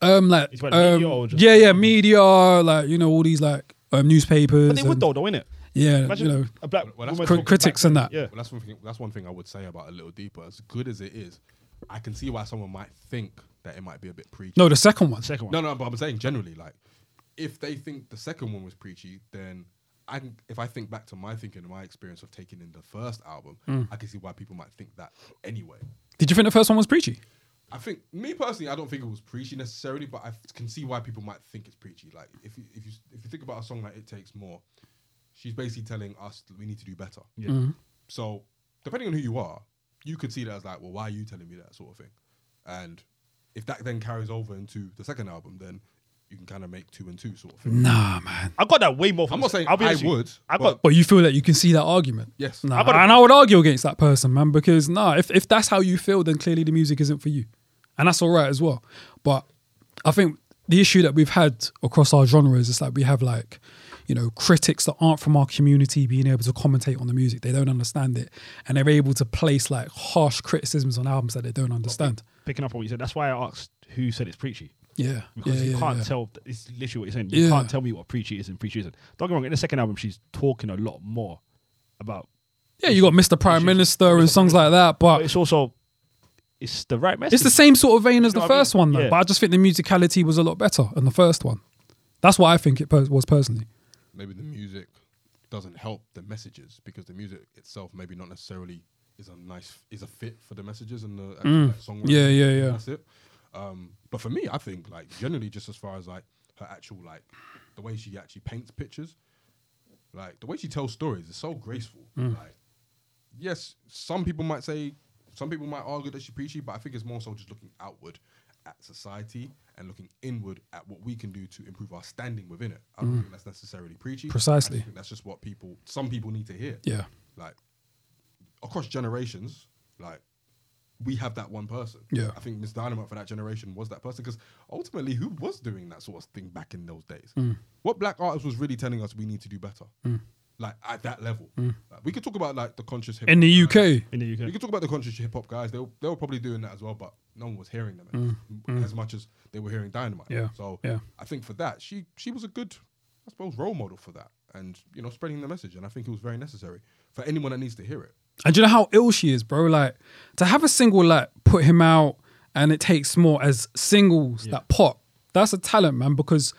Speaker 3: Um, like,
Speaker 1: It's like
Speaker 3: um,
Speaker 1: media or just-
Speaker 3: yeah, yeah, media, like you know, all these like um, newspapers.
Speaker 1: But they would
Speaker 3: and-
Speaker 1: though, though, innit?
Speaker 3: Yeah,
Speaker 1: Imagine
Speaker 3: you know,
Speaker 1: a black
Speaker 2: Well, that's
Speaker 1: woman
Speaker 2: cri-
Speaker 1: talking
Speaker 3: critics
Speaker 1: back
Speaker 3: and
Speaker 1: to-
Speaker 3: that.
Speaker 1: Yeah,
Speaker 2: Well, that's one thing. That's one thing I would say about a little deeper. As good as it is, I can see why someone might think that it might be a bit preachy.
Speaker 3: no, the second one.
Speaker 1: second one.
Speaker 2: no, no. But I'm saying generally, like, if they think the second one was preachy, then I can, if I think back to my thinking and my experience of taking in the first album, I can see why people might think that anyway.
Speaker 3: Did you think the first one was preachy?
Speaker 2: I think me personally, I don't think it was preachy necessarily, but I f- can see why people might think it's preachy. Like if you, if you if you think about a song like "It Takes More," she's basically telling us that we need to do better.
Speaker 1: Yeah.
Speaker 2: So depending on who you are, you could see that as like, well, why are you telling me that sort of thing? And if that then carries over into the second album, then you can kind of make two and two sort of thing.
Speaker 3: Nah, man.
Speaker 1: I got that way more. From
Speaker 2: I'm
Speaker 1: the-
Speaker 2: not saying
Speaker 1: Mm. I'll be
Speaker 2: I
Speaker 1: honest with you.
Speaker 2: would,
Speaker 1: I
Speaker 2: but-
Speaker 1: got
Speaker 3: But you feel that you can see that argument.
Speaker 2: Yes.
Speaker 3: Nah,
Speaker 1: I gotta-
Speaker 3: and I would argue against that person, man, because nah, if, if that's how you feel, then clearly the music isn't for you. And that's all right as well. But I think the issue that we've had across our genre is it's like we have like, you know, critics that aren't from our community being able to commentate on the music. They don't understand it. And they're able to place like harsh criticisms on albums that they don't understand.
Speaker 1: picking up on what you said. That's why I asked who said it's preachy.
Speaker 3: Yeah.
Speaker 1: Because
Speaker 3: yeah,
Speaker 1: you
Speaker 3: yeah,
Speaker 1: can't
Speaker 3: yeah.
Speaker 1: tell. It's literally what you're saying. You
Speaker 3: Yeah.
Speaker 1: can't tell me what preachy is and preachy isn't. Don't get me wrong. In the second album, she's talking a lot more about,
Speaker 3: Yeah, you got Mr. Prime Minister and songs like that,
Speaker 1: but
Speaker 3: but
Speaker 1: it's also it's the right message.
Speaker 3: it's the same sort of vein as
Speaker 1: You know
Speaker 3: the
Speaker 1: what I
Speaker 3: first
Speaker 1: mean?
Speaker 3: one, though.
Speaker 1: Yeah.
Speaker 3: But I just think the musicality was a lot better in the first one. That's what I think it per- was personally.
Speaker 2: Maybe the music doesn't help the messages because the music itself maybe not necessarily is a nice is a fit for the messages and the actual, like, songwriting.
Speaker 3: Mm. Yeah, yeah, yeah.
Speaker 2: That's it. Um, but for me, I think like generally just as far as like her actual like the way she actually paints pictures, like the way she tells stories is so graceful. Like, yes, some people might say, some people might argue that she's preachy, but I think it's more so just looking outward at society and looking inward at what we can do to improve our standing within it. I don't think that's necessarily preachy. I just
Speaker 3: Precisely.
Speaker 2: think that's just what people, some people need to hear.
Speaker 3: Yeah.
Speaker 2: Like, across generations, like, we have that one person.
Speaker 3: Yeah.
Speaker 2: I think Miss Dynamite for that generation was that person because ultimately, who was doing that sort of thing back in those days? What black artist was really telling us we need to do better? Like at that level, Like, we could talk about like the conscious hip
Speaker 3: In the UK.
Speaker 1: in the
Speaker 2: You
Speaker 1: UK.
Speaker 2: could talk about the conscious hip hop guys. They were, they were probably doing that as well, but no one was hearing them as, as much as they were hearing Dynamite.
Speaker 3: Mm, Yeah,
Speaker 2: So
Speaker 3: yeah.
Speaker 2: I think for that, she she was a good, I suppose, role model for that, and you know, spreading the message. And I think it was very necessary for anyone that needs to hear it.
Speaker 3: And do you know how ill she is, bro? Like to have a single like put him out and it takes more as singles that pop. That's a talent, man, because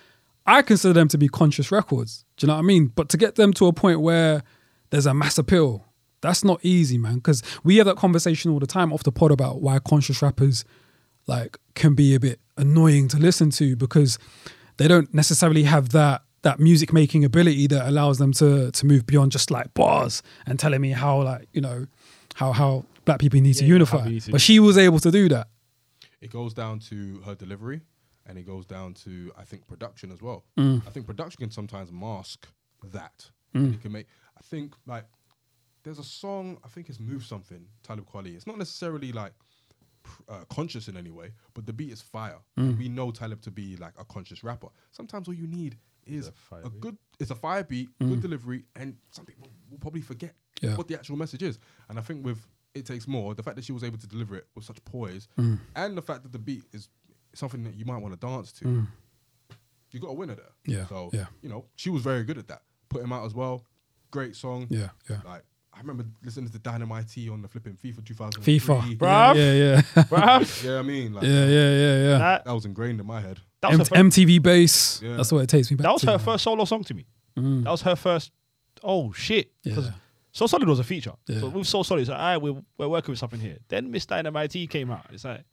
Speaker 3: I consider them to be conscious records. Do you know what I mean? But to get them to a point where there's a mass appeal, that's not easy, man. Because we have that conversation all the time off the pod about why conscious rappers like can be a bit annoying to listen to because they don't necessarily have that that music making ability that allows them to to move beyond just like bars and telling me how like you know how how black people need to
Speaker 1: Yeah, how
Speaker 3: unify
Speaker 1: we need to-
Speaker 3: but she was able to do that
Speaker 2: It goes down to her delivery, and it goes down to I think production as well.
Speaker 3: Mm.
Speaker 2: I think production can sometimes mask that. And It can make. I think like there's a song I think it's "Move Something" Talib Kweli. It's not necessarily like pr- uh, conscious in any way, but the beat is fire.
Speaker 3: Mm.
Speaker 2: And We know Talib to be like a conscious rapper. Sometimes all you need is
Speaker 1: a fire
Speaker 2: a,
Speaker 1: beat.
Speaker 2: good. It's a fire beat, good delivery, and some people will probably forget
Speaker 3: Mm. Yeah.
Speaker 2: what the actual message is. And I think with it takes more. The fact that she was able to deliver it with such poise,
Speaker 3: Mm.
Speaker 2: and the fact that the beat is something that you might want to dance to. You got a winner there.
Speaker 3: Mm. Yeah,
Speaker 2: So
Speaker 3: yeah.
Speaker 2: you know she was very good at that. Put him out as well. Great song.
Speaker 3: Yeah, yeah.
Speaker 2: Like I remember listening to Dynamite on the flipping FIFA 2000.
Speaker 3: fifa
Speaker 1: Bruv.
Speaker 3: yeah yeah yeah
Speaker 1: Bruv,
Speaker 2: Yeah, I mean, like,
Speaker 3: yeah yeah yeah, yeah.
Speaker 1: that,
Speaker 2: that was ingrained in my head.
Speaker 1: that was her
Speaker 3: M-
Speaker 1: first,
Speaker 3: mtv bass
Speaker 2: Yeah.
Speaker 3: that's what it takes me back
Speaker 1: that was
Speaker 3: to,
Speaker 1: her
Speaker 3: man.
Speaker 1: first solo song to me. That was her first. Oh shit! 'Cause
Speaker 3: Mm. Yeah.
Speaker 1: So Solid was a feature.
Speaker 3: Yeah.
Speaker 1: So with So Solid, it's like, all right, we're, we're working with something here. Then Miss Dynamite came out. It's like,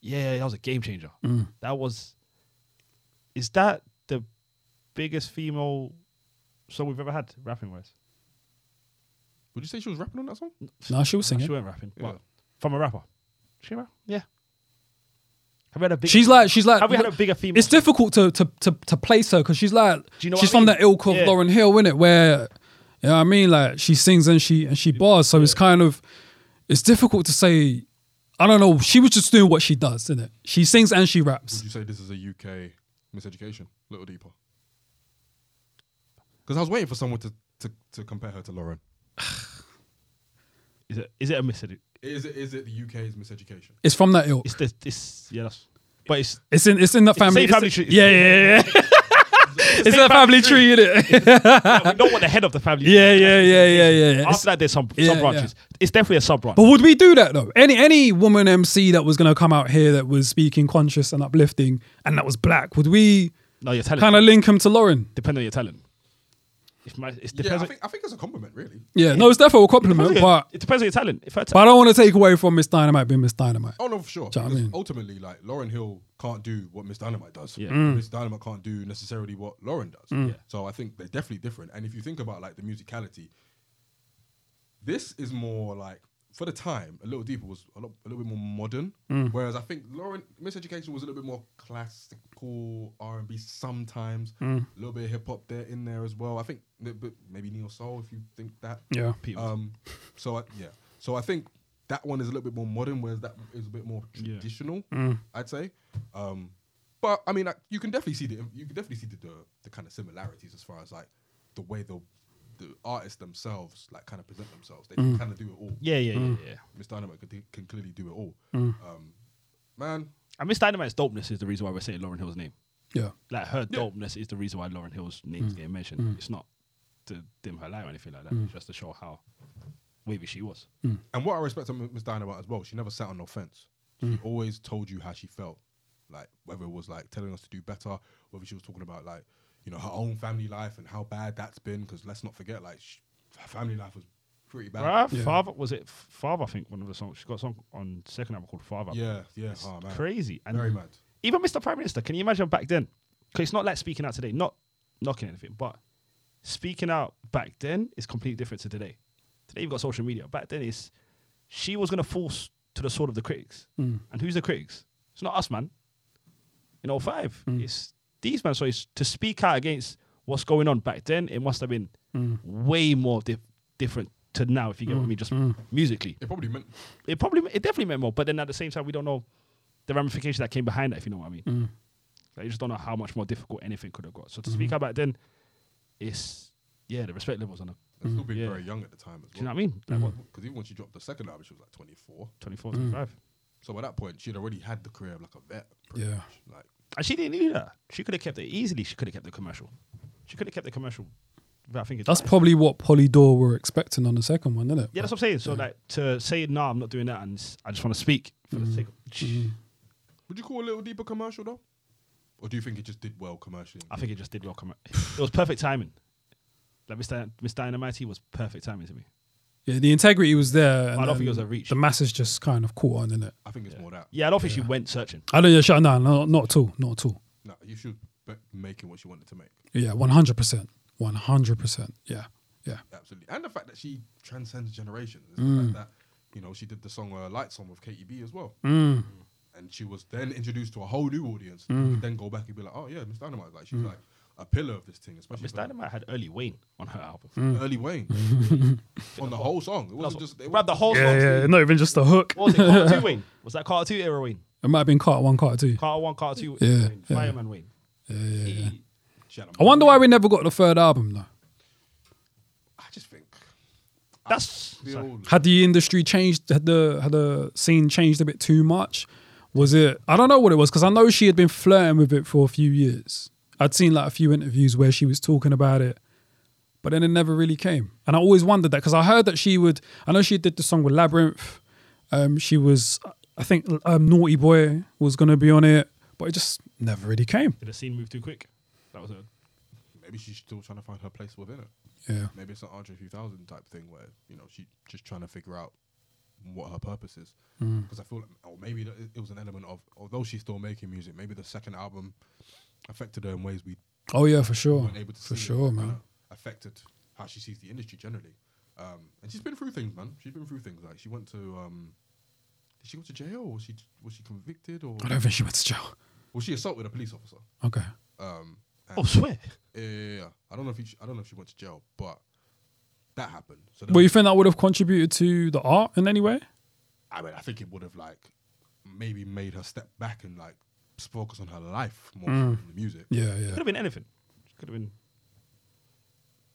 Speaker 1: yeah, that was a game changer.
Speaker 3: Mm.
Speaker 1: That was. Is that the biggest female song we've ever had, rapping wise?
Speaker 2: Would you say she was rapping on that song?
Speaker 3: no she was
Speaker 1: Nah, She
Speaker 3: singing
Speaker 1: weren't rapping,
Speaker 2: Yeah.
Speaker 1: but from a rapper. She rap? Yeah. Have we had a big?
Speaker 3: she's like she's like
Speaker 1: Have we had a bigger female?
Speaker 3: it's difficult to to to, to place her because she's like
Speaker 1: Do you know what
Speaker 3: she's
Speaker 1: I
Speaker 3: from
Speaker 1: mean?
Speaker 3: that ilk of
Speaker 1: Yeah.
Speaker 3: Lauren Hill, innit? Where you know what I mean, like she sings and she and she bars, so it's kind of it's difficult to say. I don't know. She was just doing what she does, innit? She sings and she
Speaker 2: Would
Speaker 3: raps.
Speaker 2: you say this is a UK miseducation? Little deeper. Because I was waiting for someone to, to, to compare her to Lauren.
Speaker 1: Is it? Is it a miss?
Speaker 2: Is it is it the UK's miseducation?
Speaker 3: It's from that ilk.
Speaker 1: It's the this yeah, that's, but it's
Speaker 3: It's in it's in that
Speaker 1: the
Speaker 3: family.
Speaker 1: same family
Speaker 3: it's in-
Speaker 1: tree.
Speaker 3: Yeah, yeah, yeah. it's that family tree, innit?
Speaker 1: like, we don't want the head of the family.
Speaker 3: yeah, yeah, yeah, yeah, yeah. yeah. It's-
Speaker 1: After that, there's some
Speaker 3: Yeah,
Speaker 1: sub branches. It's definitely a sub branch.
Speaker 3: But would we do that though? Any any woman MC that was gonna come out here that was speaking conscious and uplifting and that was black, would we
Speaker 1: No, your talent
Speaker 3: kind of link him to Lauren?
Speaker 1: depending on your talent. If my, it
Speaker 2: Yeah,
Speaker 1: depends.
Speaker 2: I
Speaker 1: on-
Speaker 2: think, I think it's a compliment, really.
Speaker 3: Yeah, no, it's definitely a
Speaker 1: depends
Speaker 3: compliment,
Speaker 1: on your-
Speaker 3: but
Speaker 1: it depends on your talent. If I ta-
Speaker 3: but I don't want to take away from Miss Dynamite being Miss Dynamite.
Speaker 2: Oh no, for sure.
Speaker 3: Do you know what I
Speaker 2: Because
Speaker 3: mean?
Speaker 2: Ultimately, like Lauren Hill can't do what Miss Dynamite does.
Speaker 1: Yeah.
Speaker 3: Mm.
Speaker 2: Miss Dynamite can't do necessarily what Lauren does. So I think they're definitely different. And if you think about like the musicality, this is more like for the time, a little deeper was a, lot, a little bit more modern.
Speaker 3: Mm.
Speaker 2: Whereas I think Lauren Miss Education was a little bit more classical R and B sometimes.
Speaker 3: Mm.
Speaker 2: A little bit of hip hop there in there as well. I think li- bit- maybe neo soul if you think that.
Speaker 3: Yeah.
Speaker 1: people.
Speaker 2: Um, so I, yeah, so I think that one is a little bit more modern, whereas that is a bit more
Speaker 1: Yeah.
Speaker 2: traditional. I'd say. Um, but I mean, I, you can definitely see the you can definitely see the, the the kind of similarities as far as like the way the the artists themselves like kind of present themselves. They can kind of do it all.
Speaker 1: yeah, yeah,
Speaker 3: mm.
Speaker 1: yeah, yeah.
Speaker 2: Miss Dynamite can, do- can clearly do it all. Um, man,
Speaker 1: And Miss Dynamite's dopeness is the reason why we're saying Lauren Hill's name.
Speaker 3: Yeah,
Speaker 1: Like her dopeness is the reason why Lauren Hill's name
Speaker 3: Mm.
Speaker 1: is getting mentioned. It's not to dim her light or anything like that. It's just to show how wavy she was.
Speaker 3: Mm.
Speaker 2: And what I respect on Miss Dynamite as well, she never sat on no fence. She
Speaker 1: Hmm.
Speaker 2: always told you how she felt, like whether it was like telling us to do better, whether she was talking about like you know her own family life and how bad that's been. Because let's not forget, like sh her family life was pretty bad.
Speaker 1: Bruh, Father was it F- Father? I think one of the songs she got a song on second album called Father.
Speaker 2: Yeah, yeah,
Speaker 1: It's
Speaker 2: oh, man.
Speaker 1: crazy. And
Speaker 2: very mad.
Speaker 1: even Mr. Prime Minister, can you imagine back then? 'Cause it's not like speaking out today, not knocking anything, but speaking out back then is completely different to today. Today you've got social media. Back then is she was gonna force to the sword of the critics. And who's the critics? It's not us, man. In all five. It's these man. So it's to speak out against what's going on back then, it must have been way more dif- different to now, if you get what I mean, just musically
Speaker 2: It probably meant
Speaker 1: it probably it definitely meant more, but then at the same time, we don't know the ramifications that came behind that. If you know what I mean, like, you just don't know how much more difficult anything could have got. So to speak about then, it's yeah, the respect levels on the.
Speaker 2: it's still being
Speaker 1: Hmm. Yeah.
Speaker 2: very young at the time as
Speaker 1: Do you know
Speaker 2: well.
Speaker 1: what I mean? Hmm. Like what,
Speaker 2: Because even when she dropped the second album, she was like 24.
Speaker 1: 24, 25.
Speaker 2: So by that point, she had already had the career of like a vet. pretty
Speaker 3: Yeah.
Speaker 2: much. Like
Speaker 1: and she didn't do that. She could have kept it easily. She could have kept the commercial. She could have kept the commercial. But I think it's
Speaker 3: that's probably what Polydor were expecting on the second one, isn't it?
Speaker 1: yeah, that's what I'm saying. So like to say no, I'm not doing that, and s- I just want to speak for the sake. Of,
Speaker 2: would you call a little deeper commercial though? Or do you think it just did well commercially?
Speaker 1: I think it just did well. Commer- it was perfect timing. Like Mr. Mr. Dynamite was perfect timing to me.
Speaker 3: Yeah, the integrity was there.
Speaker 1: I don't think it was
Speaker 3: then
Speaker 1: a reach.
Speaker 3: The masses just kind of caught on, innit?
Speaker 2: I think it's more that.
Speaker 1: Yeah, I don't think she went searching.
Speaker 3: I don't. Yeah, shut down. No, not at all. Not at all.
Speaker 2: No, you should be making what she wanted to make.
Speaker 3: Yeah, one hundred percent. One hundred percent. Yeah, yeah.
Speaker 2: Absolutely. And the fact that she transcends generations. It's the
Speaker 3: Mm.
Speaker 2: fact that, you know, she did the song uh, Lights On with Katie B as well.
Speaker 3: Mm.
Speaker 2: Mm. And she was then introduced to a whole new audience. who could then go back and be like, oh, yeah, Miss Dynamite. Like, she's
Speaker 3: Mm.
Speaker 2: like a pillar of this thing, especially
Speaker 1: Miss
Speaker 2: for
Speaker 1: Dynamite had early Wayne on her album.
Speaker 3: Mm.
Speaker 2: early Wayne. on the whole song. It wasn't Mm. just. It
Speaker 1: Grab the
Speaker 2: wasn't-
Speaker 1: whole song.
Speaker 3: Not even just a hook.
Speaker 1: What was it? Carter 2 Wayne? Was that Carter 2 era Wayne?
Speaker 3: It might have been Carter one, Carter two.
Speaker 1: Carter 1, Carter 2
Speaker 3: Yeah,
Speaker 1: Wayne?
Speaker 3: yeah.
Speaker 1: Fireman Wayne?
Speaker 3: yeah, yeah.
Speaker 1: He-
Speaker 2: She had a-
Speaker 3: I wonder why we never got the third album though.
Speaker 2: I just think.
Speaker 1: That's.
Speaker 2: Feel,
Speaker 3: Had the industry changed? Had the had the scene changed a bit too much? Was it? I don't know what it was because I know she had been flirting with it for a few years. I'd seen like a few interviews where she was talking about it, but then it never really came. And I always wondered that because I heard that she would. I know she did the song with Labyrinth. Um, she was, I think, um, Naughty Boy was going to be on it, but it just never really came.
Speaker 1: Did the scene move too quick? That was a.
Speaker 2: maybe she's still trying to find her place within it.
Speaker 3: Yeah,
Speaker 2: Maybe it's an Andre 3000 type thing where you know she's just trying to figure out what her purpose is.
Speaker 3: Mm.
Speaker 2: Because I feel, like, or maybe that it- it was an element of although she's still making music, maybe the second album affected her in ways we
Speaker 3: Oh yeah, for sure,
Speaker 2: weren't able to
Speaker 3: for
Speaker 2: see.
Speaker 3: sure,
Speaker 2: It
Speaker 3: man.
Speaker 2: kinda Affected how she sees the industry generally. Um, and she's been through things, man. She's been through things. Like she went to, um, did she go to jail? Or was she was she convicted? Or
Speaker 3: I don't think she went to jail.
Speaker 2: was she assaulted a police officer?
Speaker 3: Okay,
Speaker 2: Um, and-
Speaker 1: Oh, swear.
Speaker 2: yeah, yeah, yeah. I don't know if he, I don't know if she went to jail, but that happened. So there
Speaker 3: well, you
Speaker 2: was-
Speaker 3: think that would have contributed to the art in any way?
Speaker 2: I mean, I think it would have like maybe made her step back and like s- focus on her life more than the music. Yeah.
Speaker 3: Mm. Yeah, yeah.
Speaker 1: Could have been anything. Could have been.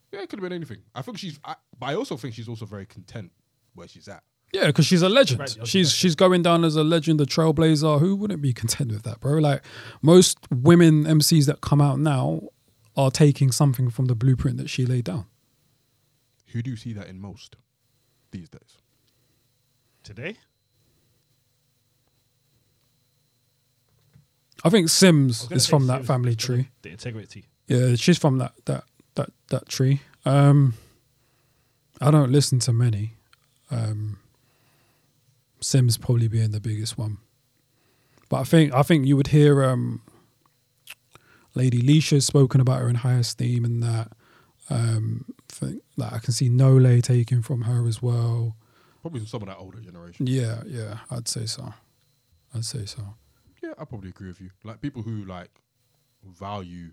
Speaker 2: it could have been anything. I think she's, I, but I also think she's also very content where she's at.
Speaker 3: Yeah, because she's a legend.
Speaker 1: Right, yeah,
Speaker 3: she's she's going down as a legend, a trailblazer. Who wouldn't be content with that, bro? Like most women MCs that come out now are taking something from the blueprint that she laid down.
Speaker 2: Who do you see that in most these days?
Speaker 1: Today?
Speaker 3: I think Sims
Speaker 1: I was gonna
Speaker 3: is
Speaker 1: say
Speaker 3: from that
Speaker 1: Sims
Speaker 3: family
Speaker 1: because of
Speaker 3: tree.
Speaker 1: The integrity.
Speaker 3: Yeah, she's from that that that that tree. Um, I don't listen to many. Um, Sims probably being the biggest one, but I think I think you would hear um, Lady Leisha spoken about her in high esteem and that. Um, thing. Like I can see Nole taken from her as well.
Speaker 2: Probably some of that older generation.
Speaker 3: Yeah, yeah, I'd say so. I'd say so.
Speaker 2: Yeah, I probably agree with you. Like people who like value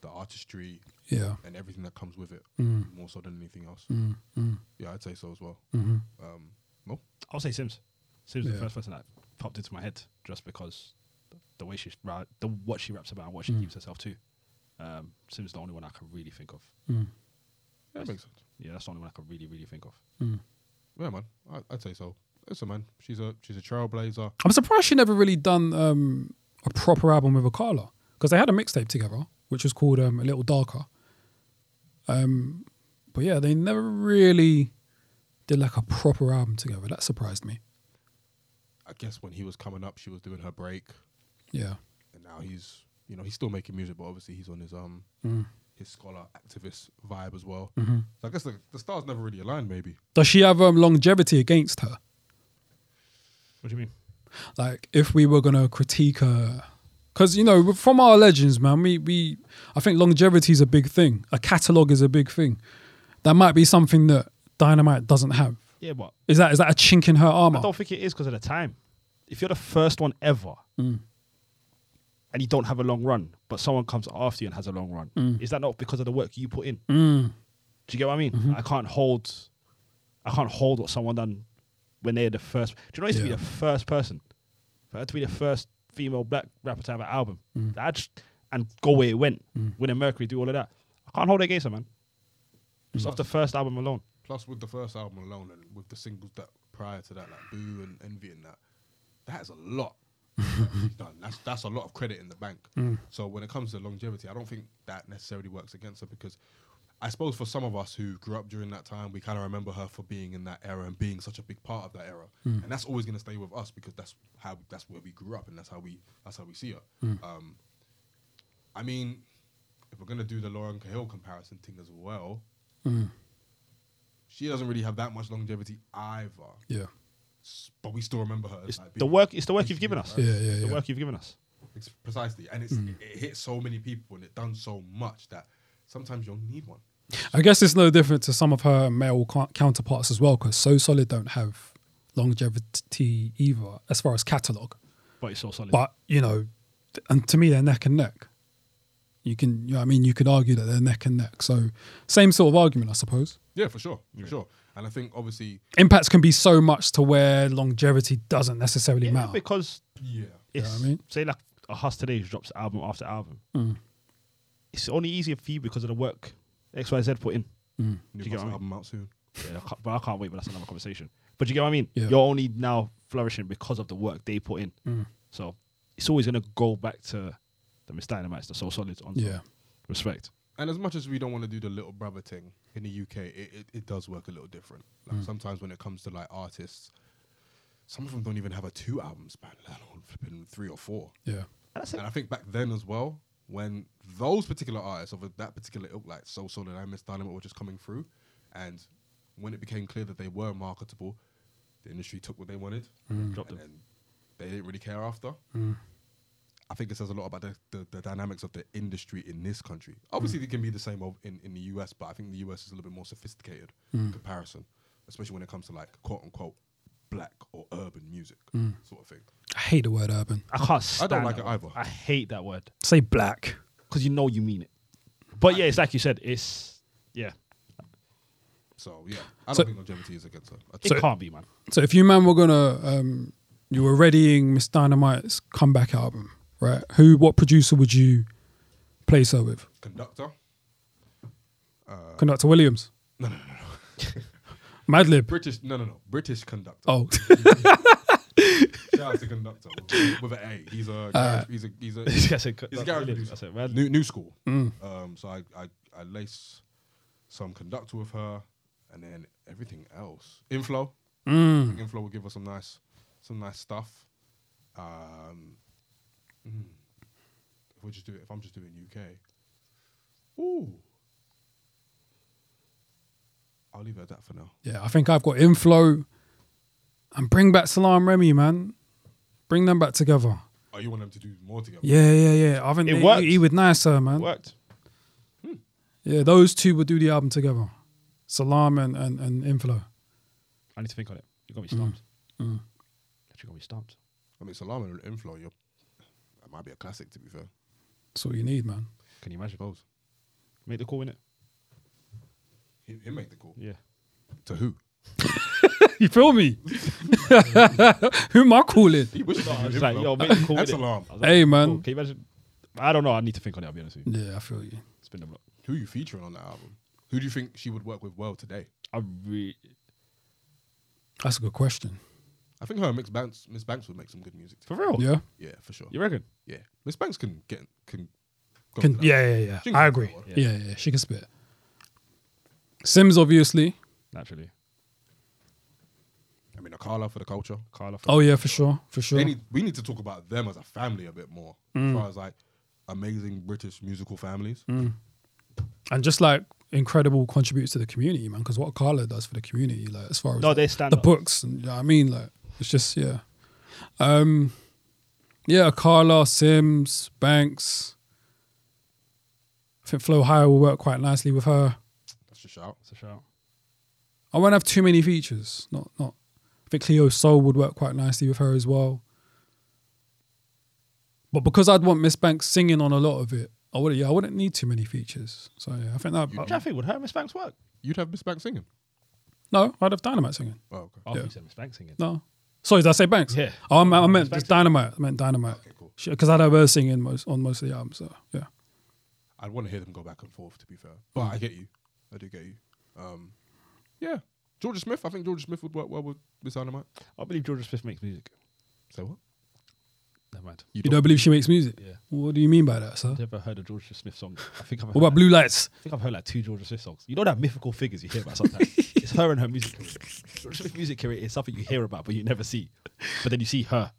Speaker 2: the artistry
Speaker 3: Yeah.
Speaker 2: and everything that comes with it more so than anything else.
Speaker 3: Mm, mm,
Speaker 2: Yeah, I'd say so as well.
Speaker 3: mhm.
Speaker 2: Um, Mo?
Speaker 1: I'll say Sims. Sims was
Speaker 3: Yeah.
Speaker 1: the first person that popped into my head just because the way she ra- the what she raps about and what she
Speaker 3: Mm.
Speaker 1: keeps herself to. Um, Sims is the only one I can really think of.
Speaker 3: Mm,
Speaker 2: Yeah, that makes sense.
Speaker 1: Yeah, that's the only one I can really really think of.
Speaker 3: mm.
Speaker 2: Yeah, man, I, I'd say so. Listen, man, she's a she's a trailblazer.
Speaker 3: I'm surprised she never really done um, a proper album with Akala because they had a mixtape together, which was called um, A Little Darker. Um, but yeah, they never really did like a proper album together. That surprised me.
Speaker 2: I guess when he was coming up, she was doing her break,
Speaker 3: Yeah.
Speaker 2: and now he's you know he's still making music, but obviously he's on his um
Speaker 3: Mm.
Speaker 2: his scholar activist vibe as well.
Speaker 3: Mhm.
Speaker 2: So I guess the, the stars never really aligned. Maybe
Speaker 3: Does she have um, longevity against her?
Speaker 1: What do you mean?
Speaker 3: like if we were gonna critique her because you know from our legends man we, we i think longevity is a big thing a catalog is a big thing that might be something that dynamite doesn't have
Speaker 1: Yeah, but
Speaker 3: is that is that a chink in her armor
Speaker 1: I don't think it is because of the time. If you're the first one ever,
Speaker 3: Mm.
Speaker 1: and you don't have a long run, but someone comes after you and has a long run,
Speaker 3: Mm.
Speaker 1: is that not because of the work you put in? Do you get what I mean?
Speaker 3: Mm-hmm.
Speaker 1: I can't hold, I can't hold what someone done when they're the first. Do you know it used to
Speaker 3: Yeah.
Speaker 1: be the first person? For her to be the first female black rapper to have an album,
Speaker 3: Mm.
Speaker 1: that just- and go where it went, win a Mercury, do all of that. I can't hold it against her, man. Just
Speaker 3: Mm.
Speaker 1: off the first album alone.
Speaker 2: plus with the first album alone, and with the singles that prior to that, like Boo and Envy and that, that is a lot. that she's done. That's that's a lot of credit in the bank. So when it comes to longevity, I don't think that necessarily works against her because I suppose for some of us who grew up during that time, we kind of remember her for being in that era and being such a big part of that era, and that's always going to stay with us because that's how that's where we grew up and that's how we that's how we see her. Um, I mean, if we're gonna do the Lauren Cahill comparison thing as well, she doesn't really have that much longevity either.
Speaker 3: yeah
Speaker 2: S- But we still remember her. as,
Speaker 1: It's
Speaker 2: like,
Speaker 1: the
Speaker 2: being-
Speaker 1: work. It's the work
Speaker 2: being
Speaker 1: you've given
Speaker 2: huge,
Speaker 1: us.
Speaker 2: right?
Speaker 3: yeah yeah
Speaker 1: The
Speaker 3: yeah
Speaker 1: work you've given us.
Speaker 2: It's precisely, and it's
Speaker 1: Mm.
Speaker 2: it hits so many people and it done so much that sometimes you'll need one.
Speaker 3: i guess it's no different to some of her male co- counterparts as well because so solid don't have longevity either as far as catalog
Speaker 1: But it's so solid.
Speaker 3: but you know th- and to me they're neck and neck you can you know what i mean you could argue that they're neck and neck so same sort of argument i suppose
Speaker 2: Yeah, for sure, for sure. And I think obviously,
Speaker 3: impacts can be so much to where longevity doesn't necessarily
Speaker 1: Yeah,
Speaker 3: matter
Speaker 1: because
Speaker 2: yeah,
Speaker 1: it's
Speaker 3: what I mean? Mm.
Speaker 1: say like a Hus today drops album after album. It's only easier for you because of the work X Y Z put in.
Speaker 2: new
Speaker 1: you get
Speaker 2: Busta
Speaker 1: what I mean?
Speaker 2: album out soon.
Speaker 1: Yeah, I can't- but I can't wait. But that's another conversation. But you get what I mean.
Speaker 3: Yeah. Mm.
Speaker 1: You're only now flourishing because of the work they put in. So it's always gonna go back to the Miss Dynamites, the Soul Solids. On
Speaker 3: yeah
Speaker 1: respect.
Speaker 2: And as much as we don't want to do the little brother thing in the UK, it, it, it does work a little different.
Speaker 1: Mm.
Speaker 2: Like sometimes when it comes to like artists, some of them don't even have a two album span, let alone flipping three or four.
Speaker 3: yeah
Speaker 1: And that's it.
Speaker 2: And I think back then as well, when those particular artists of that particular ilk, like Soul Soul and I Miss Dynamite, were just coming through, and when it became clear that they were marketable, the industry took what they wanted,
Speaker 3: Mm.
Speaker 1: Dropped
Speaker 2: and
Speaker 1: them.
Speaker 2: then they didn't really care after. I think it says a lot about the, the, the dynamics of the industry in this country. Obviously, it can be the same of- in, in the US, but I think the US is a little bit more sophisticated in comparison, especially when it comes to like quote unquote black or urban music sort of thing.
Speaker 3: i hate the word urban
Speaker 1: I can't. Stand
Speaker 2: like
Speaker 1: that
Speaker 2: it
Speaker 1: word.
Speaker 2: either.
Speaker 1: I hate that word
Speaker 3: say black
Speaker 1: because you know you mean it. But yeah, it's like you said. It's yeah.
Speaker 2: So yeah, I don't
Speaker 3: So-
Speaker 2: think longevity is against her. I
Speaker 1: It
Speaker 3: So-
Speaker 1: can't be, man.
Speaker 3: so if you man were gonna um you were readying miss dynamite's comeback album right who what producer would you place her with
Speaker 2: conductor.
Speaker 3: conductor williams no no no, no. madlib
Speaker 2: British, no, no, no. British conductor.
Speaker 3: oh
Speaker 2: Shout out to conductor with, with an A. He's a, garage- he's a, he's a,
Speaker 1: I said,
Speaker 2: he's a
Speaker 1: that's
Speaker 2: garage
Speaker 1: brilliant.
Speaker 2: producer.
Speaker 1: I said, man.
Speaker 2: New, new school. Um, so I, I, I lace some conductor with her, and then everything else. Inflow. Inflow will give us some nice, some nice stuff. Um, mm. if we just do it, if I'm just doing UK. Ooh. I'll leave it at that for now.
Speaker 3: Yeah, I think I've got inflow and bring back Salam Remy, man. Bring them back together.
Speaker 2: Oh, you want them to do more together?
Speaker 3: Yeah, yeah, yeah. I think
Speaker 1: It
Speaker 3: it
Speaker 1: worked.
Speaker 3: He, he with Nicer, man.
Speaker 1: Worked.
Speaker 3: Yeah, those two would do the album together. Salam and, and, and Inflow.
Speaker 1: I need to think on it. You got me
Speaker 3: Mm-hmm.
Speaker 1: stumped. You got me stumped.
Speaker 2: I mean, Salam and Inflow, you're, that might be a classic, to be fair.
Speaker 3: That's what you need, man.
Speaker 1: Can you imagine?
Speaker 2: Suppose.
Speaker 1: Make the call in it.
Speaker 2: He, he made the call.
Speaker 1: Yeah.
Speaker 2: To who?
Speaker 3: You feel me? Who am I calling?
Speaker 2: He wishes
Speaker 1: I
Speaker 2: he
Speaker 1: was
Speaker 2: did
Speaker 1: like,
Speaker 2: Inflow.
Speaker 1: yo, make the call
Speaker 2: That's
Speaker 1: innit?
Speaker 2: Alarm.
Speaker 1: I was
Speaker 3: Hey, man.
Speaker 1: cool, Can you imagine? I don't know. I need to think on it. I'll be honest with you.
Speaker 3: Yeah, I feel you.
Speaker 1: It's been a block.
Speaker 2: Who are you featuring on that album? Who do you think she would work with well today?
Speaker 1: I re-
Speaker 3: That's a good question.
Speaker 2: I think her and Miss Banks, Miss Banks would make some good music.
Speaker 1: for
Speaker 2: Together.
Speaker 1: real.
Speaker 3: Yeah.
Speaker 2: Yeah, for sure.
Speaker 1: You reckon?
Speaker 2: Yeah, Miss Banks can get can. go
Speaker 3: Can,
Speaker 2: for that.
Speaker 3: yeah, yeah,
Speaker 2: She
Speaker 3: yeah.
Speaker 2: can
Speaker 3: I
Speaker 2: go
Speaker 3: agree.
Speaker 2: for that
Speaker 1: one.
Speaker 3: Yeah, yeah, yeah. She can spit. Sims, obviously.
Speaker 1: Naturally.
Speaker 2: I mean, Akala for the culture.
Speaker 1: Carla.
Speaker 3: Oh yeah, for sure, for
Speaker 2: They
Speaker 3: sure.
Speaker 2: need, we need to talk about them as a family a bit more,
Speaker 1: Mm.
Speaker 2: as far as like amazing British musical families.
Speaker 3: And just like incredible contributes to the community, man. Because what Carla does for the community, like as far as
Speaker 1: No,
Speaker 3: like,
Speaker 1: they stand
Speaker 3: the
Speaker 1: up.
Speaker 3: books, and you know what I mean, like it's just yeah, um, yeah. Carla, Sims, Banks. I think Flo High will work quite nicely with her.
Speaker 2: That's just shout.
Speaker 1: That's a shout.
Speaker 3: I won't have too many features. Not not. I think Cleo Soul would work quite nicely with her as well. But because I'd want Miss Banks singing on a lot of it, I wouldn't. Yeah, I wouldn't need too many features. So yeah, I think that.
Speaker 1: I'm trying to think. Would her and Miss Banks work?
Speaker 2: You'd have Miss Banks singing.
Speaker 3: No, I'd have Dynamite singing.
Speaker 2: Oh, okay.
Speaker 1: Oh,
Speaker 3: Yeah.
Speaker 1: you said Miss Banks singing.
Speaker 3: No. Sorry, did I say Banks?
Speaker 1: Yeah.
Speaker 3: Oh, I meant, I meant
Speaker 1: Banks.
Speaker 3: just Dynamite. I meant Dynamite.
Speaker 2: Okay, cool.
Speaker 3: Because I'd have her singing most, on most of the albums. So, yeah.
Speaker 2: I'd want to hear them go back and forth. To be fair, but I get you. I do get you. Um, yeah, Georgia Smith. I think Georgia Smith would work well with Miss Dynamite.
Speaker 1: I believe Georgia Smith makes music.
Speaker 2: Say what?
Speaker 1: Never mind.
Speaker 3: You don't believe she makes music?
Speaker 1: Yeah.
Speaker 3: What do you mean by that, sir?
Speaker 1: I've never heard a Georgia Smith song. I think I've
Speaker 3: What
Speaker 1: heard,
Speaker 3: about Blue Lights?
Speaker 1: I think I've heard like two Georgia Smith songs. You know that mythical figures you hear about sometimes. it's her and her music career. Georgia Smith's music career is something you hear about but you never see. But then you see her.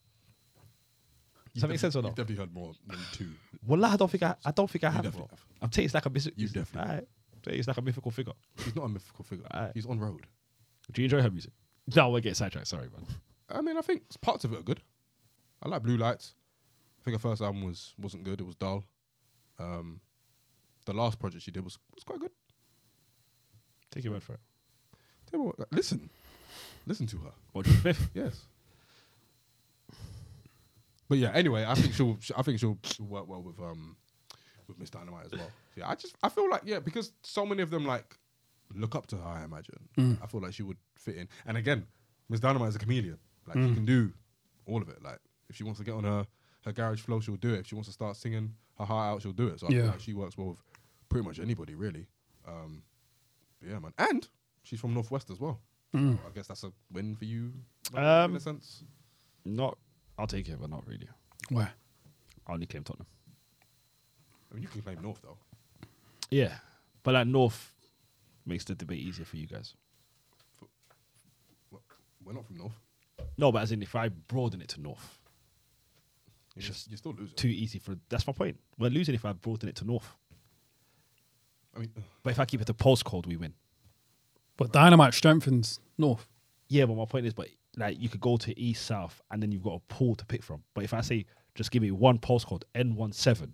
Speaker 1: Does that make sense or
Speaker 2: You've
Speaker 1: not?
Speaker 2: definitely heard more than two.
Speaker 1: Wallah, I don't think I, I don't think I have. bro.
Speaker 2: definitely have.
Speaker 1: I'm telling you, it's like a mythical.
Speaker 2: You definitely
Speaker 1: All right. It's like a mythical figure.
Speaker 2: He's not a mythical figure.
Speaker 1: Aight.
Speaker 2: He's on road.
Speaker 1: Do you enjoy her music? No, we're getting sidetracked. Sorry, man.
Speaker 2: I mean, I think parts of it are good. I like Blue Lights. I think her first album was wasn't good. It was dull. Um, the last project she did was was quite good.
Speaker 1: Take your word for it.
Speaker 2: Tell you what, listen, listen to her.
Speaker 1: What, Georgia Smith?
Speaker 2: Yes. But yeah, anyway, I think she'll. I think she'll work well with um with Miss Dynamite as well. Yeah, I just I feel like yeah because so many of them like look up to her. I imagine. I feel like she would fit in. And again, Miss Dynamite is a chameleon. Like she can do all of it. Like if she wants to get on her her garage floor, she'll do it. If she wants to start singing her heart out, she'll do it. So I feel
Speaker 3: Yeah.
Speaker 2: like she works well with pretty much anybody really. Um, but yeah, man. And she's from Northwest as well. So I guess that's a win for you
Speaker 1: Um,
Speaker 2: in a sense.
Speaker 1: Not. I'll take it, but not really.
Speaker 3: Where?
Speaker 1: I only claim Tottenham.
Speaker 2: I mean, you can claim North though.
Speaker 1: Yeah, but like North makes the debate easier for you guys.
Speaker 2: Well, We're not from North.
Speaker 1: No, but as in if I broaden it to North,
Speaker 2: You're,
Speaker 1: It's
Speaker 2: just,
Speaker 1: just
Speaker 2: you're still losing.
Speaker 1: too easy for. That's my point. We're losing if I broaden it to North.
Speaker 2: I mean, ugh,
Speaker 1: But if I keep it to postcode, we win.
Speaker 3: But Dynamite strengthens North.
Speaker 1: Yeah, but my point is, but like you could go to East South, and then you've got a pool to pick from. But if I say just give me one postcode N17,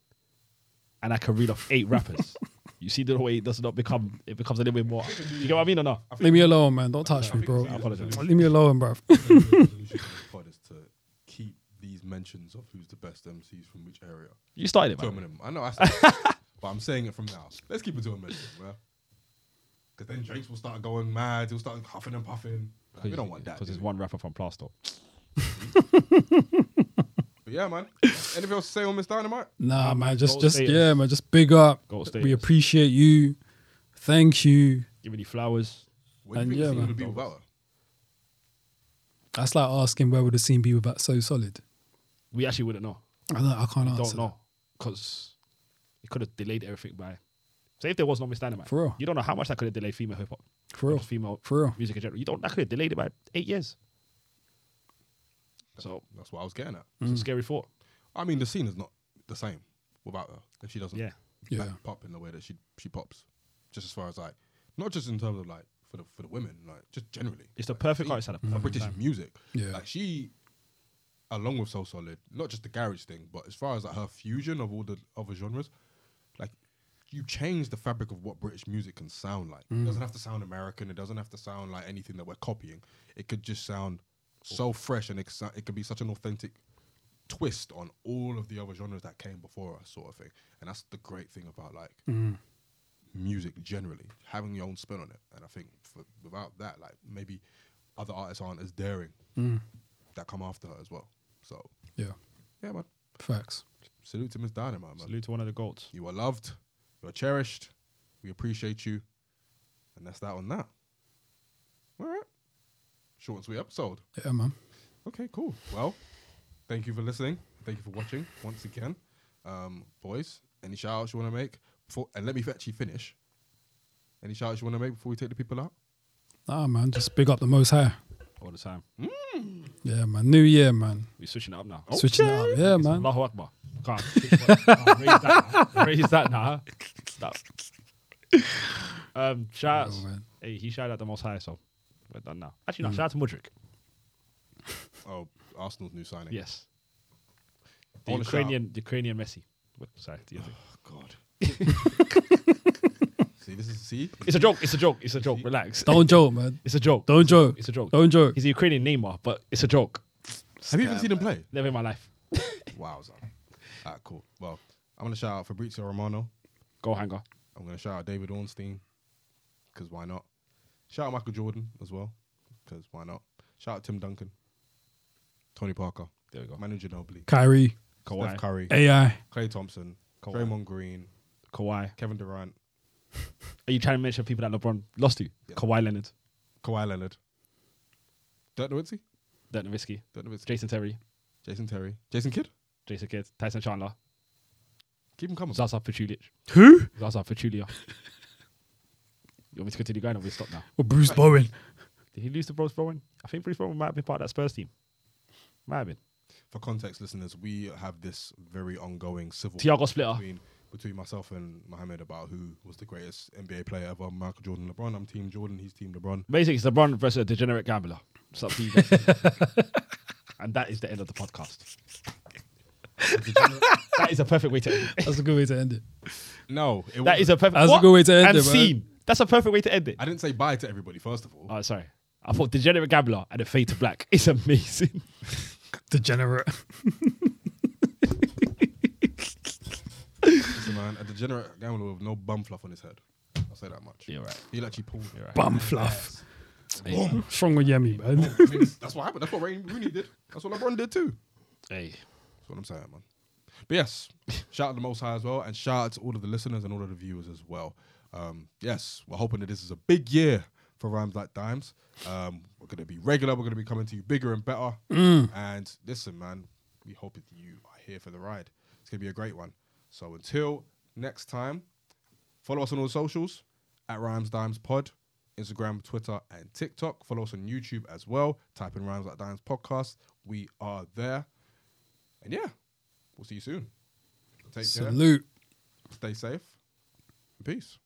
Speaker 1: and I can read off eight rappers, you see the way it does not become. It becomes a little bit more. You get what I mean or not?
Speaker 3: Leave me alone, man. Don't touch me, bro.
Speaker 1: I apologize.
Speaker 3: Leave me alone, bro.
Speaker 2: the resolution of the pod is to keep these mentions of who's the best MCs from which area
Speaker 1: You started it,
Speaker 2: to a
Speaker 1: man.
Speaker 2: minimum. I know I said, but I'm saying it from now. Let's keep it to a minimum, bro. Because then Drake's will start going mad. He'll start huffing and puffing. Like, we don't want that.
Speaker 1: because
Speaker 2: do
Speaker 1: there's
Speaker 2: we?
Speaker 1: one rapper from Plaster.
Speaker 2: But yeah, man. Anything else to say on Miss Dynamite?
Speaker 3: Nah, man. Just,
Speaker 1: Gold
Speaker 3: just
Speaker 1: status.
Speaker 3: yeah, man. Just big up.
Speaker 1: Gold status.
Speaker 3: We appreciate you. Thank you.
Speaker 1: Give me the flowers.
Speaker 2: What do you
Speaker 3: And
Speaker 2: think
Speaker 3: yeah,
Speaker 2: the scene
Speaker 3: man.
Speaker 2: would be without her?
Speaker 3: That's like asking where would the scene be without So Solid.
Speaker 1: We actually wouldn't know.
Speaker 3: I don't. I can't answer.
Speaker 1: don't know because it could have delayed everything by. So if there was no Miss Dynamite,
Speaker 3: For real.
Speaker 1: you don't know how much that could have delayed female hip hop,
Speaker 3: that. For real.
Speaker 1: just female
Speaker 3: For real.
Speaker 1: music in general. You don't that could have delayed it by eight years. So
Speaker 2: That's what I was getting at.
Speaker 1: it's
Speaker 3: Mm.
Speaker 1: a scary thought.
Speaker 2: I mean, the scene is not the same without her if she doesn't
Speaker 1: Yeah.
Speaker 2: like,
Speaker 3: Yeah.
Speaker 2: pop in the way that she she pops. Just as far as like, not just in terms of like for the for the women, like just generally.
Speaker 1: It's the perfect
Speaker 2: Like,
Speaker 1: artist at Mm. a
Speaker 3: Mm.
Speaker 2: for
Speaker 1: perfect
Speaker 2: British
Speaker 1: time.
Speaker 2: music.
Speaker 3: Yeah.
Speaker 2: Like she, along with Soul Solid, not just the garage thing, but as far as like her fusion of all the other genres, like you change the fabric of what British music can sound like. It doesn't have to sound American. It doesn't have to sound like anything that we're copying. It could just sound so fresh and it, sa- it could be such an authentic twist on all of the other genres that came before us, sort of thing. And that's the great thing about like music generally, having your own spin on it. And I think for, without that, like maybe other artists aren't as daring that come after her as well. So
Speaker 3: Yeah.
Speaker 2: yeah, man.
Speaker 3: Facts.
Speaker 2: Salute to Miss Dynamite, man.
Speaker 1: Salute to one of the goats.
Speaker 2: You are loved. You are cherished. We appreciate you. And that's that on that. All right. Short and sweet episode.
Speaker 3: Yeah, man.
Speaker 2: Okay, cool. Well, thank you for listening. Thank you for watching once again. Um, boys, any shout outs you want to make? Before, and let me actually finish. Any shout outs you want to make before we take the people out?
Speaker 3: Nah, man. Just big up the most high.
Speaker 1: all the time.
Speaker 3: Yeah, man. New year, man.
Speaker 1: We're switching it up now.
Speaker 3: Switching it up. Yeah,
Speaker 1: It's
Speaker 3: man.
Speaker 1: Allahu Akbar. Come on, raise that now. Raise that now. Stop. Um, shout outs.
Speaker 3: Yeah, Oh, man. Mm.
Speaker 1: hey, he shouted out the most high, so we're done now. Actually, no, shout out to Mudrick.
Speaker 2: Oh, Arsenal's new signing.
Speaker 1: Yes.
Speaker 2: I
Speaker 1: The
Speaker 2: wanna shout
Speaker 1: Ukrainian, the Ukrainian Messi. Wait, Sorry, the other.
Speaker 2: out- Oh, God. see, this is, see?
Speaker 1: It's a joke. It's a joke. It's a joke. Relax.
Speaker 3: Don't joke, man.
Speaker 1: It's a joke.
Speaker 3: Don't joke.
Speaker 1: It's a joke.
Speaker 3: Don't joke.
Speaker 1: He's a Ukrainian Neymar, but it's a joke.
Speaker 2: Have you even seen him play?
Speaker 1: Never in my life.
Speaker 2: Wowza. All right, cool. Well, I'm going to shout out Fabrizio Romano.
Speaker 1: Go hanger.
Speaker 2: I'm going to shout out David Ornstein, because why not? Shout out Michael Jordan as well, because why not? Shout out Tim Duncan, Tony Parker,
Speaker 1: There we go.
Speaker 2: Manu Ginobili,
Speaker 3: Kyrie,
Speaker 1: Kawhi.
Speaker 2: Steph Curry,
Speaker 3: AI.
Speaker 2: Clay Thompson,
Speaker 1: Kawhi.
Speaker 2: Draymond Green,
Speaker 1: Kawhi.
Speaker 2: Kevin Durant,
Speaker 1: Are you trying to mention people that LeBron lost to?
Speaker 2: Yeah.
Speaker 1: Kawhi Leonard,
Speaker 2: Kawhi Leonard, Dirk Nowitzki,
Speaker 1: Dirk Nowitzki,
Speaker 2: Dirk Nowitzki,
Speaker 1: Jason Terry,
Speaker 2: Jason Terry, Jason Kidd.
Speaker 1: Jason Kidd, Tyson Chandler,
Speaker 2: Keep him coming.
Speaker 1: Zaza Pachulia.
Speaker 3: Who?
Speaker 1: Zaza Pachulia. you want me to continue going or we stop now?
Speaker 3: Or Bruce Bowen.
Speaker 1: Did he lose to Bruce Bowen? I think Bruce Bowen might have been part of that Spurs team. Might have been.
Speaker 2: For context, listeners, we have this very ongoing civil
Speaker 1: Thiago Splitter.
Speaker 2: between between myself and Mohammed about who was the greatest NBA player ever. Michael Jordan, LeBron. I'm Team Jordan. He's Team LeBron.
Speaker 1: Basically, it's LeBron versus a degenerate gambler. It's up to you guys. and that is the end of the podcast. that is a perfect way to end it.
Speaker 3: That's a good way to end it.
Speaker 2: No, it
Speaker 1: That is a perfect.
Speaker 3: That's a
Speaker 1: what?
Speaker 3: good way to end
Speaker 1: and
Speaker 3: it, man.
Speaker 1: scene. That's a perfect way to end it.
Speaker 2: I didn't say bye to everybody. First of all,
Speaker 3: Uh,
Speaker 1: Oh, sorry. I thought degenerate gambler and a fade to black. It's amazing.
Speaker 3: Degenerate.
Speaker 2: Listen, man, a degenerate gambler with no bum fluff on his head. I'll say that much.
Speaker 1: You're right.
Speaker 2: He'll actually pull. You're right.
Speaker 3: Bum fluff. Strong with Yemi, man.
Speaker 2: I mean, that's what happened. That's what Ray Rooney did. That's what LeBron did too.
Speaker 1: Hey.
Speaker 2: That's what I'm saying, man. But yes, shout out to the Most High as well, and shout out to all of the listeners and all of the viewers as well. Um, yes, we're hoping that this is a big year for Rhymes Like Dimes. Um, we're going to be regular. We're going to be coming to you bigger and better. And listen, man, we hope that you are here for the ride. It's going to be a great one. So until next time, follow us on all socials at Rhymes Dimes Pod, Instagram, Twitter, and TikTok. Follow us on YouTube as well. Type in Rhymes Like Dimes Podcast. We are there. And yeah, we'll see you soon. Take care.
Speaker 3: Salute.
Speaker 2: Stay safe. Peace.